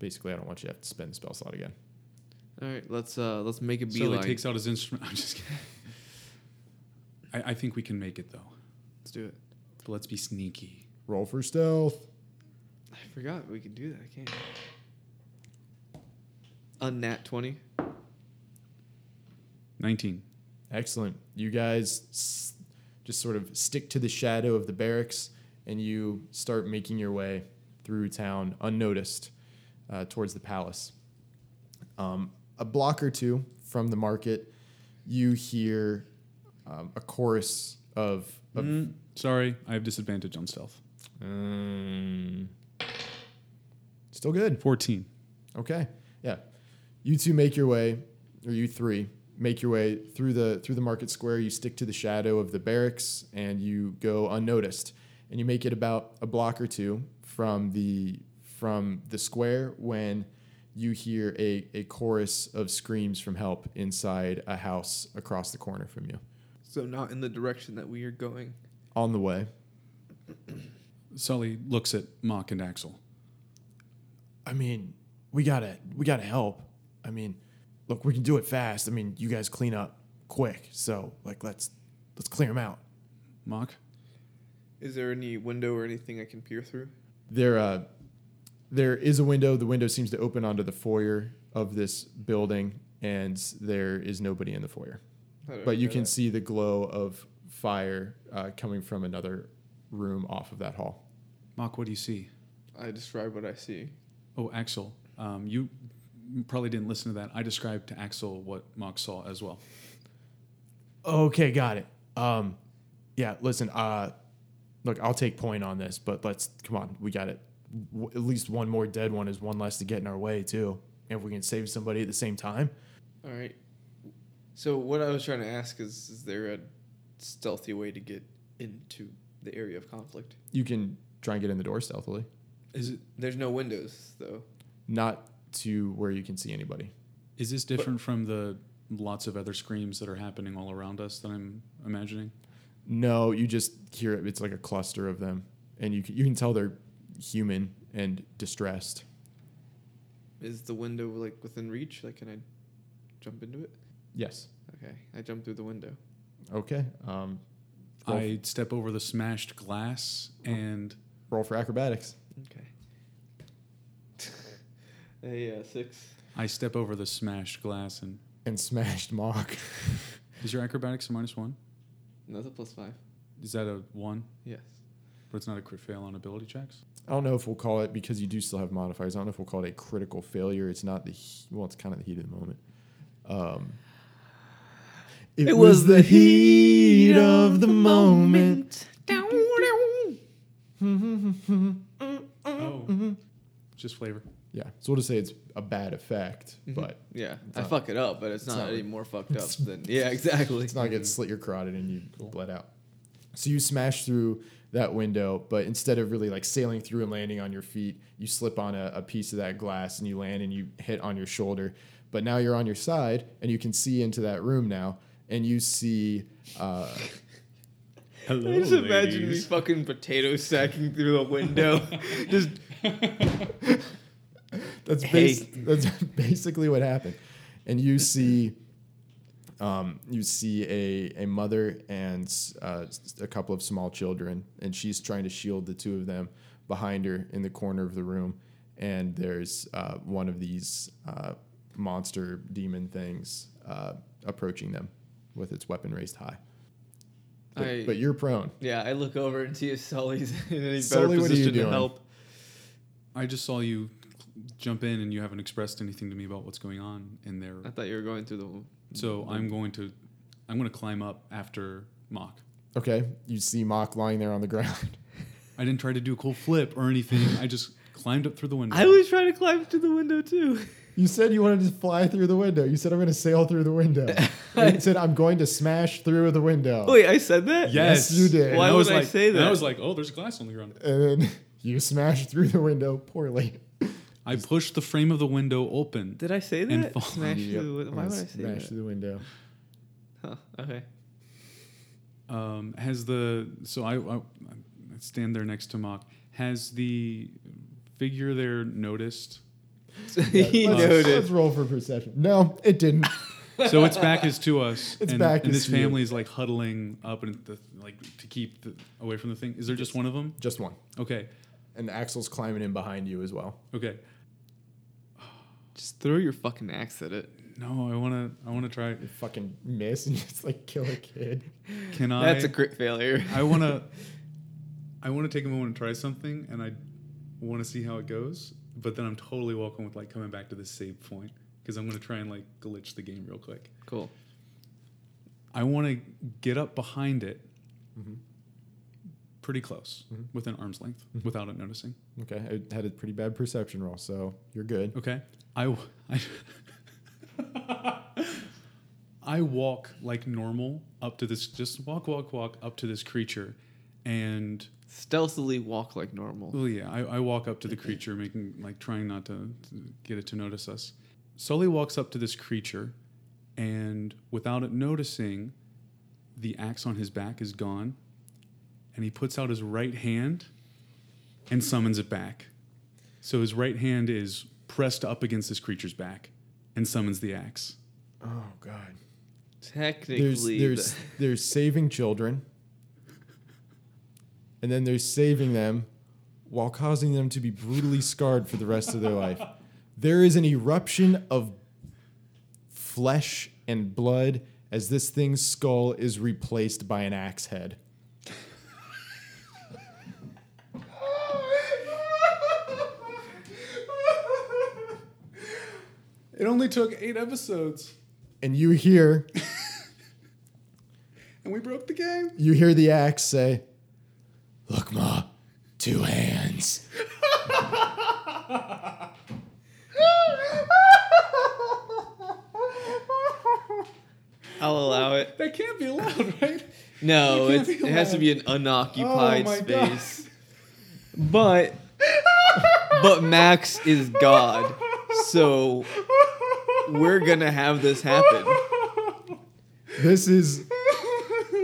Basically, I don't want you to have to spend the spell slot again.
all right. Let's uh let's make a
So
beeline.
he takes out his instrument. I'm just kidding. I, I think we can make it though.
let's do it.
But let's be sneaky.
Roll for stealth.
I forgot we could do that. I can't. Unnat twenty.
19.
Excellent. You guys s- just sort of stick to the shadow of the barracks and you start making your way through town unnoticed uh, towards the palace. Um, a block or two from the market, you hear um, a chorus of. of
Mm, sorry, I have disadvantage on stealth.
Mm. still good.
14.
Okay. Yeah. You two make your way, or you three make your way through the through the market square. You stick to the shadow of the barracks, and you go unnoticed. And you make it about a block or two from the from the square when you hear a, a chorus of screams from help inside a house across the corner from you.
So not in the direction that we are going.
On the way,
Sully looks at Mock and Axel.
I mean, we gotta we gotta help. I mean, look, we can do it fast. I mean, you guys clean up quick, so like let's let's clear them out.
Mock?
Is there any window or anything I can peer through?
there uh, there is a window. The window seems to open onto the foyer of this building, and there is nobody in the foyer.
How do I
But you
know
can
that?
see the glow of fire uh, coming from another room off of that hall.
Mock, what do you see?
I describe what I see.
Oh, Axel, um, you probably didn't listen to that. I described to Axel what Mock saw as well.
Okay, got it. Um, yeah, listen, uh, look, I'll take point on this, but let's come on, we got it. W- at least one more dead one is one less to get in our way too. And if we can save somebody at the same time,
All right. So what I was trying to ask is, is there a stealthy way to get into the area of conflict?
You can try and get in the door stealthily,
Is it
There's no windows though.
not to where you can see anybody.
is this different from the lots of other screams that are happening all around us that I'm imagining?
No, you just hear it. It's like a cluster of them, and you can, you can tell they're human and distressed.
Is the window like within reach? Like, can I jump into it?
Yes.
Okay, I jump through the window.
Okay. Um, Roll f-
I step over the smashed glass and
roll for acrobatics.
Okay. Hey, uh, six.
I step over the smashed glass and
And smashed mock.
is your acrobatics a minus one?
No, that's a plus five.
Is that a one?
Yes.
But it's not a crit fail on ability checks.
I don't know if we'll call it because you do still have modifiers. I don't know if we'll call it a critical failure. It's not the he- well. It's kind of the heat of the moment. Um, it, was the heat of the moment.
Oh, just flavor.
Yeah. So we'll just say it's a bad effect, but
Yeah,
It's
I
not-
fuck it up, but it's,
it's
not,
not
any
like-
more fucked up than yeah, exactly.
It's not get slit your carotid and you bled out. So you smash through that window, but instead of really like sailing through and landing on your feet, you slip on a, a piece of that glass and you land and you hit on your shoulder. But now you're on your side and you can see into that room now, and you see uh,
Hello,
I just imagine me fucking potato sacking through a window. just
that's
Hey.
bas- that's basically what happened, and you see um, you see a, a mother and uh, s- a couple of small children, and she's trying to shield the two of them behind her in the corner of the room. And there's uh, one of these uh, monster demon things uh, approaching them with its weapon raised high. But,
I-
but you're prone.
Yeah, I look over and see if Sully's in any
Sully,
better
what are you
position to
doing?
help.
I just saw you jump in and you haven't expressed anything to me about what's going on in there.
I thought you were going through the.
So I'm going to I'm going to climb up after Mock.
Okay, you see Mock lying there on the ground.
I didn't try to do a cool flip or anything. I just climbed up through the window.
I was trying to climb through the window too.
You said you wanted to fly through the window. You said I'm going to sail through the window. And you said I'm going to smash through the window.
Wait, I said that.
yes,
Yes, you did.
And
Why
was
would I
like-
say
and
that?
I was like, oh, there's a glass on the ground.
And then you smashed through the window poorly.
I pushed the frame of the window open.
Did I say
And
that?
fall.
Smash through the window. Why would I say
Smashed
that?
through the window.
Huh, okay.
Um, has the so I, I, I stand there next to Mock. Has the figure there noticed?
he
let's,
noticed.
let's roll for perception. No, it didn't.
So its back is to us.
Its
and,
back
and
is
this
to you.
family is like huddling up and the, like to keep the, away from the thing. Is there just one of them?
Just one.
Okay,
And Axel's climbing in behind you as well.
okay.
Just throw your fucking axe at it.
No, I wanna I wanna try.
You fucking miss and just like kill a kid.
Can I?
That's a crit failure.
I wanna I wanna take a moment and try something, and I want to see how it goes. But then I'm totally welcome with like coming back to the save point because I'm gonna try and like glitch the game real quick.
Cool.
I want to get up behind it,
Mm-hmm.
pretty close, within arm's length,
Mm-hmm.
without it noticing.
Okay, I had a pretty bad perception roll, so you're good.
Okay. I, w- I, I walk like normal up to this, just walk, walk, walk up to this creature. And,
Stealthily walk like normal.
well, yeah, I, I walk up to the creature, making, like, trying not to, to get it to notice us. Sully walks up to this creature, and without it noticing, the axe on his back is gone. And he puts out his right hand and summons it back. So his right hand is pressed up against this creature's back and summons the axe.
Oh god. There's
Technically,
there's there's saving children. And then there's saving them while causing them to be brutally scarred for the rest of their life. There is an eruption of flesh and blood as this thing's skull is replaced by an axe head.
It only took eight episodes,
And you hear
and we broke the game.
you hear the axe say, "Look, ma, two hands."
Oh,
I'll allow it.
That Oh, can't be allowed, right?
No,
You
it's,
can't
it
be
has to
allowed.
be an unoccupied
Oh my God.
space. But but Max is God, so we're gonna have this happen.
This is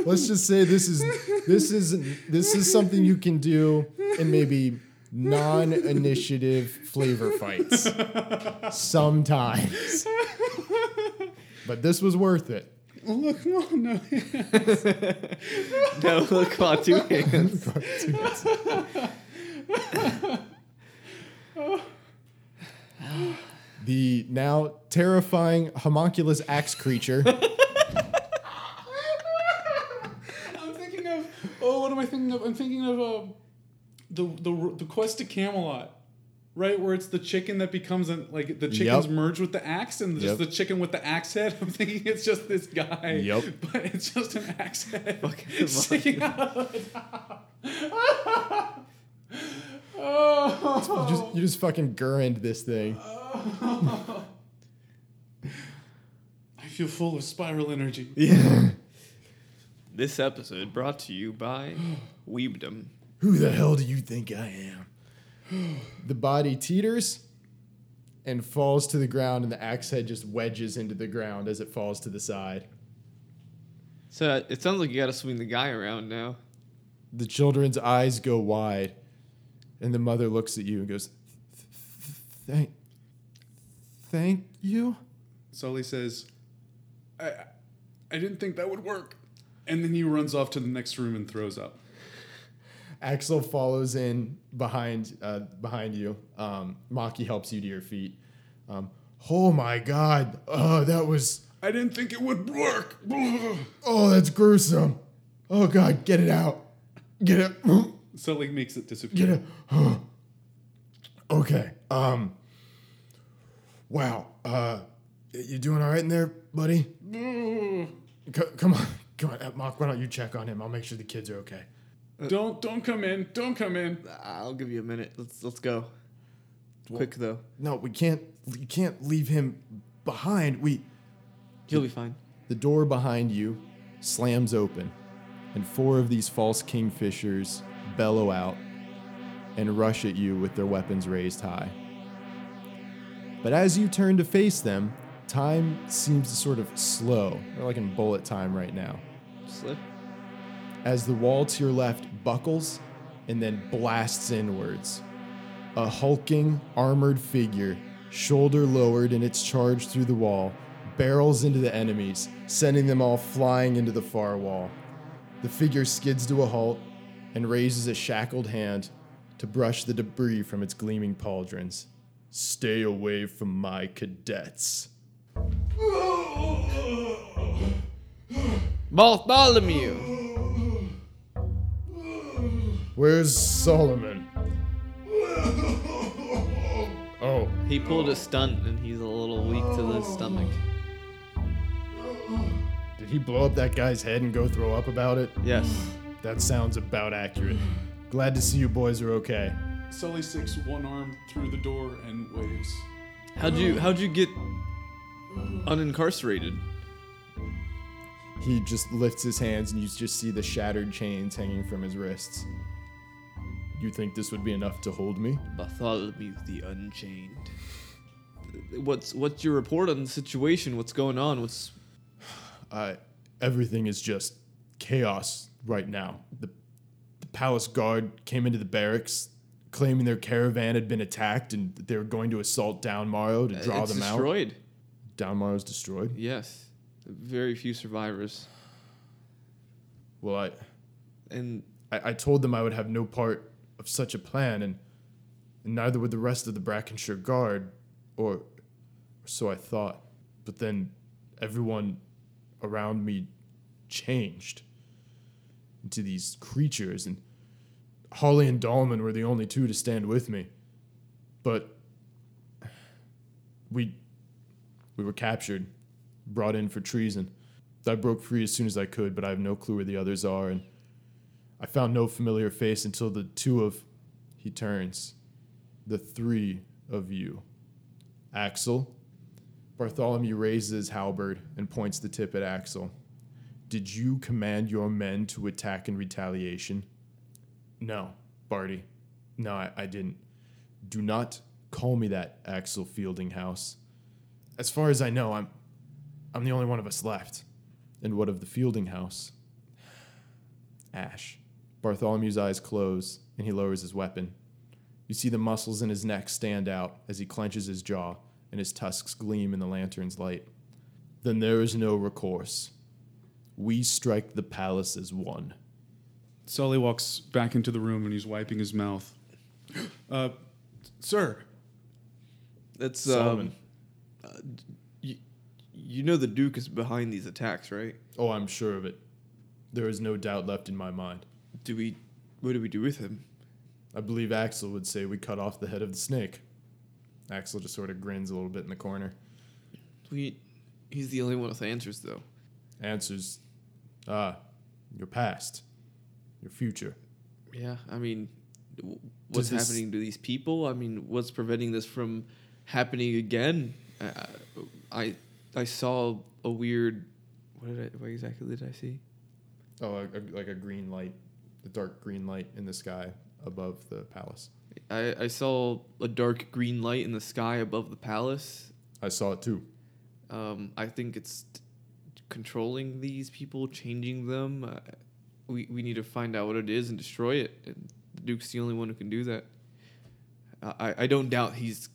let's just say this is this is this is something you can do in maybe non-initiative flavor fights sometimes. But this was worth it.
Look, mom, no.
No, look, on two hands.
The now terrifying homunculus axe creature
I'm thinking of oh, what am I thinking of? I'm thinking of um, the the the quest to Camelot, right? Where it's the chicken that becomes an, like the chickens
Yep.
merge with the axe, and
Yep.
just the chicken with the axe head. I'm thinking it's just this guy.
Yep.
But it's just an axe head
Fucking
sticking out of the top. oh.
you just you just fucking gurned this thing.
I feel full of spiral energy.
This episode brought to you by Weebdom.
Who the hell do you think I am? the body teeters and falls to the ground, and the axe head just wedges into the ground as it falls to the side.
So it sounds like you gotta swing the guy around now.
The children's eyes go wide, and the mother looks at you and goes, "Thank, thank you."
Sully says, I, I didn't think that would work. And then he runs off to the next room and throws up.
Axel follows in behind uh, behind you. Um, Maki helps you to your feet. Um, oh my god! Oh, that was
I didn't think it would work.
oh, that's gruesome. Oh god, get it out, get it,
Sully makes it disappear.
get it. okay. Um. Wow. Uh, y- you doing all right in there, buddy? C- come on, come on, Mock. Why don't you check on him? I'll make sure the kids are okay.
Don't don't come in. Don't come in.
I'll give you a minute. Let's let's go. Quick though,
No, we can't. You can't leave him behind. We.
he'll be fine.
The door behind you slams open, and four of these false kingfishers bellow out and rush at you with their weapons raised high. But as you turn to face them, time seems to sort of slow. We're like in bullet time right now.
Slip.
As the wall to your left buckles and then blasts inwards, a hulking, armored figure, shoulder lowered in its charge through the wall, barrels into the enemies, sending them all flying into the far wall. The figure skids to a halt and raises a shackled hand to brush the debris from its gleaming pauldrons. Stay away from my cadets.
Bartholomew.
Where's Solomon? Oh,
He pulled a stunt and he's a little weak to the stomach.
did he blow up that guy's head and go throw up about it?
Yes.
That sounds about accurate. Glad to see you boys are okay.
Sully sticks one arm through the door and waves.
How'd you how'd you get unincarcerated?
He just lifts his hands and you just see the shattered chains hanging from his wrists. You think this would be enough to hold me?
Bartholomew the Unchained. What's what's your report on the situation? What's going on? What's
Uh, everything is just chaos right now. The, the palace guard came into the barracks claiming their caravan had been attacked and that they were going to assault Down Morrow to draw
Uh, it's
them out.
destroyed?
Down Morrow's destroyed?
Yes. Very few survivors.
Well, I,
And
I, I told them I would have no part of such a plan, and, and neither would the rest of the Brackenshire Guard, or, or so I thought. But then everyone around me changed into these creatures, and Holly and Dahlman were the only two to stand with me. But we, we were captured, brought in for treason. I broke free as soon as I could, but I have no clue where the others are, and I found no familiar face until the two of he turns. The three of you. Axel. Bartholomew raises his halberd and points the tip at Axel. Did you command your men to attack in retaliation? No, Barty. No, I, I didn't. Do not call me that, Axel Fieldinghouse. As far as I know, I'm I'm the only one of us left. And what of the Fieldinghouse? Ash. Bartholomew's eyes close and he lowers his weapon. You see the muscles in his neck stand out as he clenches his jaw and his tusks gleam in the lantern's light. Then there is no recourse. We strike the palace as one.
Sully walks back into the room and he's wiping his mouth. Uh, sir,
that's
Solomon.
um, you, you know the Duke is behind these attacks, right?
Oh, I'm sure of it. There is no doubt left in my mind.
Do we what do we do with him?
I believe Axel would say we cut off the head of the snake. Axel just sort of grins a little bit in the corner.
We he's the only one with answers though.
Answers Ah, your past, your future.
Yeah, I mean, w- what's
this-
happening to these people? I mean, what's preventing this from happening again? Uh, I I saw a weird. What did I? What exactly did I see?
Oh, a, a, like a green light, the dark green light in the sky above the palace.
I, I saw a dark green light in the sky above the palace.
I saw it too.
Um, I think it's t- controlling these people, changing them. Uh, we we need to find out what it is and destroy it. And the Duke's the only one who can do that. I I don't doubt he's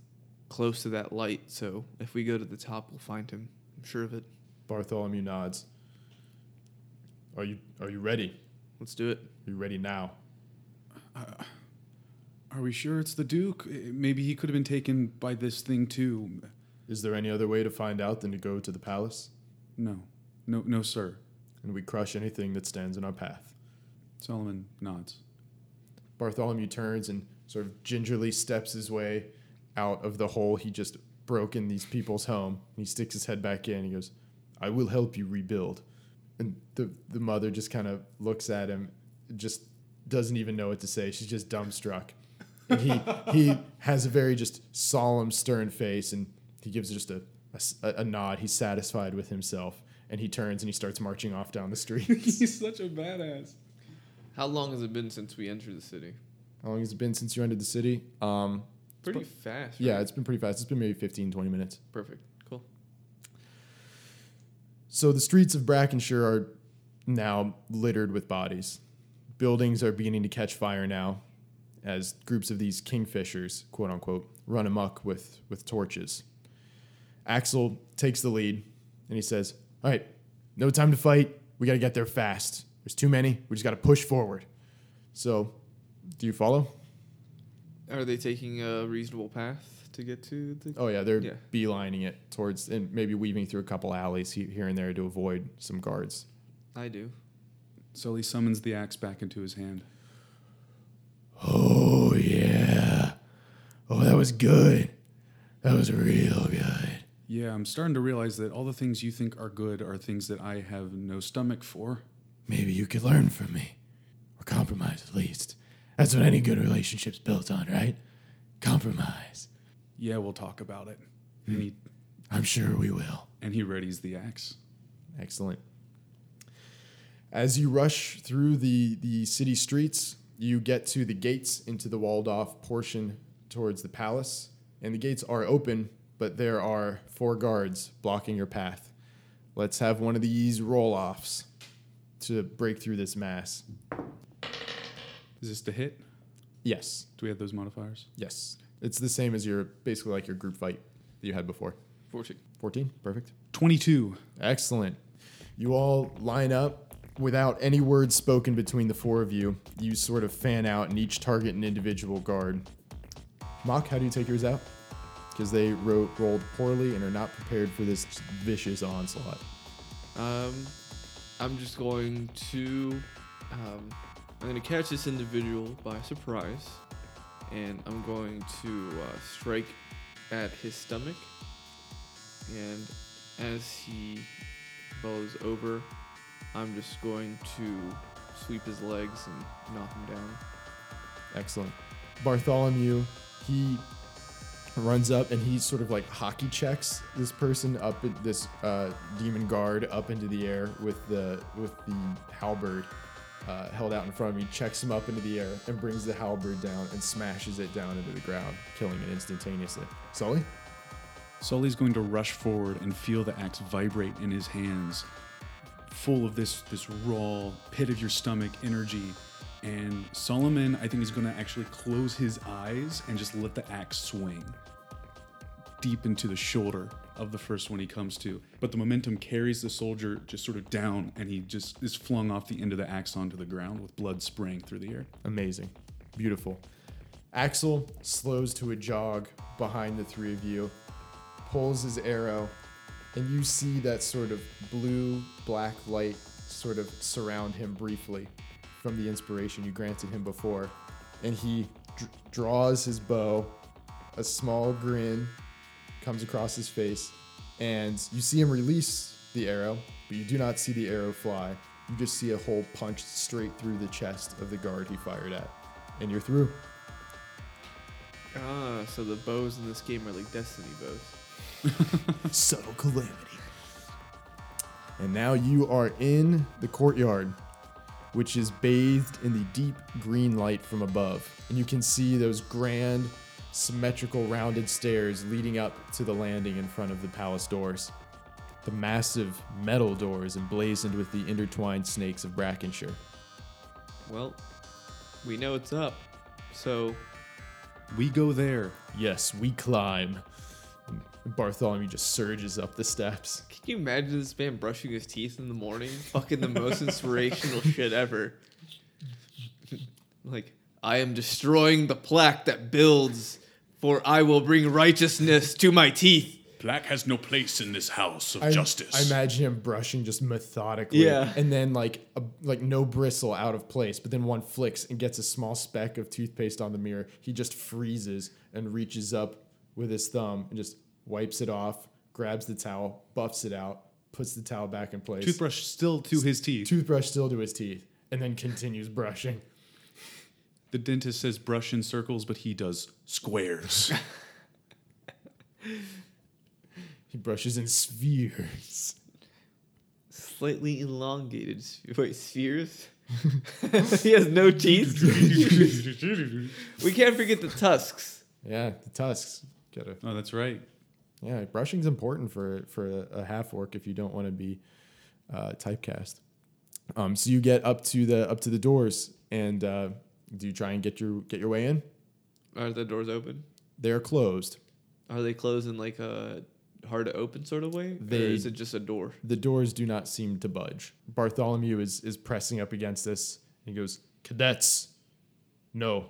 close to that light. So if we go to the top, we'll find him. I'm sure of it.
Bartholomew nods. Are you are you ready?
Let's do it.
you ready now?
Are we sure it's the Duke? Eh, Maybe he could have been taken by this thing too.
Is there any other way to find out than to go to the palace
No, no, no, sir.
and we crush anything that stands in our path?
Solomon nods.
Bartholomew turns and sort of gingerly steps his way out of the hole he just broke in these people's home. And he sticks his head back in. He goes, I will help you rebuild. And the, the mother just kind of looks at him, just doesn't even know what to say. She's just dumbstruck. And he, he has a very just solemn, stern face and he gives just a, a s- a- a nod. He's satisfied with himself. And he turns and he starts marching off down the street.
He's such a badass.
How long has it been since we entered the city?
How long has it been since you entered the city? Um,
Pretty fast.
Yeah,
right?
it's been pretty fast. It's been maybe 15, 20 minutes.
Perfect. Cool.
So the streets of Brackenshire are now littered with bodies. Buildings are beginning to catch fire now as groups of these kingfishers, quote unquote, run amok with, with torches. Axel takes the lead and he says, All right, no time to fight. We got to get there fast. There's too many. We just got to push forward. So, do you follow?
Are they taking a reasonable path to get to the?
Oh yeah, they're
Yeah.
beelining it towards and maybe weaving through a couple alleys he- here and there to avoid some guards.
I do.
Sully summons the axe back into his hand.
Oh yeah. Oh, that was good. That was real good.
Yeah, I'm starting to realize that all the things you think are good are things that I have no stomach for.
Maybe you could learn from me, or compromise at least. That's what any good relationship's built on, right? Compromise.
Yeah, we'll talk about it. And he
I'm sure we will.
and he readies the axe.
Excellent. As you rush through the, the city streets, you get to the gates into the walled off portion towards the palace. And the gates are open, but there are four guards blocking your path. Let's have one of these roll offs to break through this mass.
Is this to hit?
Yes,
Do we have those modifiers?
yes. It's the same as your basically like your group fight that you had before.
Fourteen.
14, perfect.
Twenty-two.
Excellent. You all line up without any words spoken between the four of you. You sort of fan out and each target an individual guard. Mock, how do you take yours out? Because they wrote, rolled poorly and are not prepared for this vicious onslaught.
Um, I'm just going to. Um, I'm going to catch this individual by surprise, and I'm going to uh, strike at his stomach. And as he bows over, I'm just going to sweep his legs and knock him down.
Excellent. Bartholomew, he runs up and he sort of like hockey checks this person up in this uh, demon guard up into the air with the with the halberd uh, held out in front of him. He checks him up into the air and brings the halberd down and smashes it down into the ground, killing it instantaneously. Sully,
Sully's going to rush forward and feel the axe vibrate in his hands, full of this this raw pit of your stomach energy. And Solomon, I think, is going to actually close his eyes and just let the axe swing deep into the shoulder of the first one he comes to. But the momentum carries the soldier just sort of down, and he just is flung off the end of the axe onto the ground with blood spraying through the air.
amazing, beautiful. Axel slows to a jog behind the three of you, pulls his arrow, and you see that sort of blue black light sort of surround him briefly from the inspiration you granted him before. And he dr- draws his bow, a small grin comes across his face, and you see him release the arrow, but you do not see the arrow fly. You just see a hole punched straight through the chest of the guard he fired at. And you're through.
Ah, so the bows in this game are like Destiny bows.
subtle calamity. And now you are in the courtyard, which is bathed in the deep green light from above. And you can see those grand, symmetrical, rounded stairs leading up to the landing in front of the palace doors. The massive metal doors emblazoned with the intertwined snakes of Brackenshire.
Well, we know it's up, so
We go there.
Yes, we climb. Bartholomew just surges up the steps.
Can you imagine this man brushing his teeth in the morning? Fucking the most inspirational shit ever. like, I am destroying the plaque that builds, for I will bring righteousness to my teeth.
Black has no place in this house of
I-
justice.
I imagine him brushing just methodically.
Yeah.
And then like a, like no bristle out of place, but then one flicks and gets a small speck of toothpaste on the mirror. He just freezes and reaches up with his thumb and just wipes it off, grabs the towel, buffs it out, puts the towel back in place.
Toothbrush still to his teeth.
toothbrush still to his teeth, and then continues brushing.
the dentist says brush in circles, but he does squares.
He brushes in spheres.
Slightly elongated. sph- Wait, spheres? he has no teeth. we can't forget the tusks.
Yeah, the tusks. Gotta
oh, that's right.
Yeah, brushing's important for for a, a half orc if you don't want to be uh, typecast. Um, so you get up to the up to the doors, and uh, do you try and get your get your way in?
Are the doors open?
They are closed.
Are they closed in like a hard to open sort of way? or
They-
is it just a door?
The doors do not seem to budge. Bartholomew is is pressing up against this. He goes, "Cadets, no."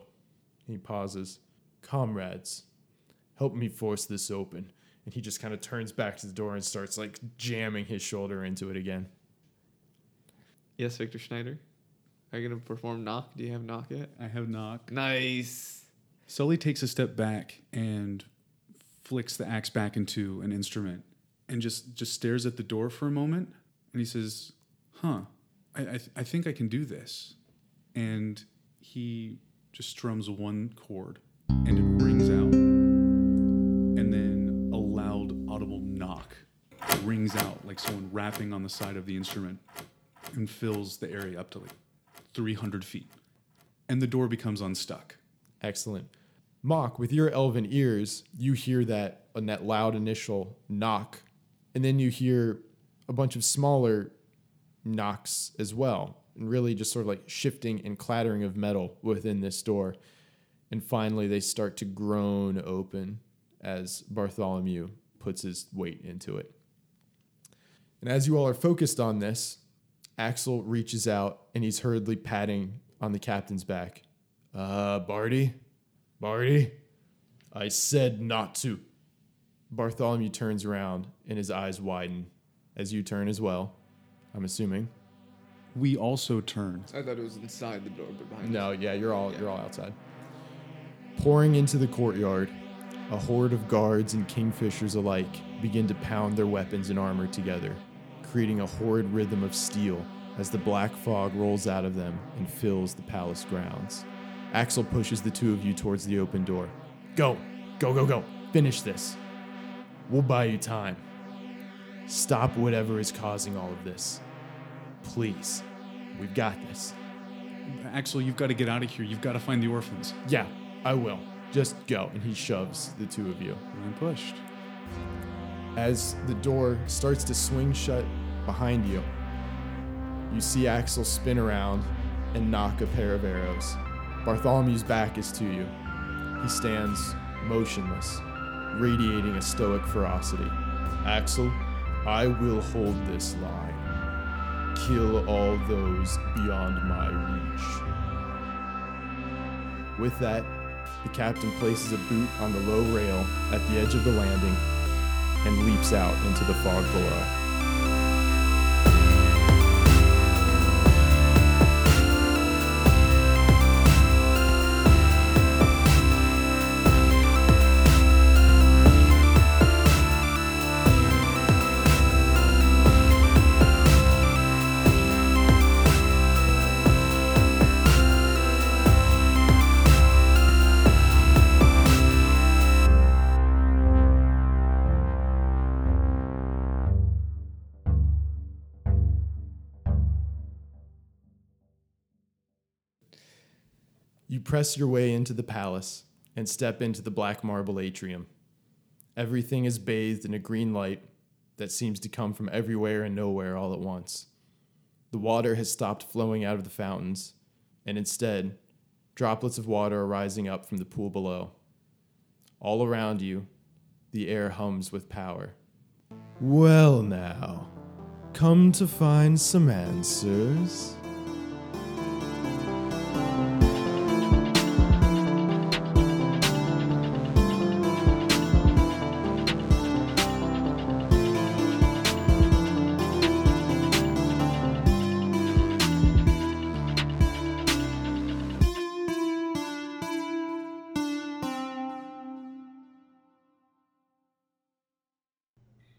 He pauses. "Comrades, help me force this open." And he just kind of turns back to the door and starts like jamming his shoulder into it again.
Yes, Victor Schneider. Are you gonna perform knock? Do you have knock yet?
I have knock.
Nice.
Sully takes a step back and flicks the axe back into an instrument and just, just stares at the door for a moment. And he says, Huh, I, I, th- I think I can do this. And he just strums one chord and it rings out. And then a loud, audible knock rings out like someone rapping on the side of the instrument and fills the area up to like 300 feet. And the door becomes unstuck.
Excellent. Mock, with your elven ears, you hear that and that loud initial knock, and then you hear a bunch of smaller knocks as well, and really just sort of like shifting and clattering of metal within this door. And finally, they start to groan open as Bartholomew puts his weight into it. And as you all are focused on this, Axel reaches out and he's hurriedly patting on the captain's back. Uh, Barty? Barty? I said not to. Bartholomew turns around and his eyes widen as you turn as well, I'm assuming.
We also turn.
I thought it was inside the door, but behind.
No, yeah, you're all you're all outside. Pouring into the courtyard, a horde of guards and kingfishers alike begin to pound their weapons and armor together, creating a horrid rhythm of steel as the black fog rolls out of them and fills the palace grounds. Axel pushes the two of you towards the open door.
Go, go, go, go.
Finish this.
We'll buy you time. Stop whatever is causing all of this. Please.
We've got this.
Axel, you've got to get out of here. You've got to find the orphans.
Yeah, I will. Just go. And he shoves the two of you.
And I'm pushed.
As the door starts to swing shut behind you, you see Axel spin around and knock a pair of arrows. Bartholomew's back is to you. He stands motionless, radiating a stoic ferocity. Axel, I will hold this line. Kill all those beyond my reach. With that, the captain places a boot on the low rail at the edge of the landing and leaps out into the fog below. You press your way into the palace and step into the black marble atrium. Everything is bathed in a green light that seems to come from everywhere and nowhere all at once. The water has stopped flowing out of the fountains, and instead, droplets of water are rising up from the pool below. All around you, The air hums with power. Well, now, come to find some answers.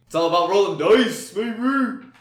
It's all about rolling dice, baby.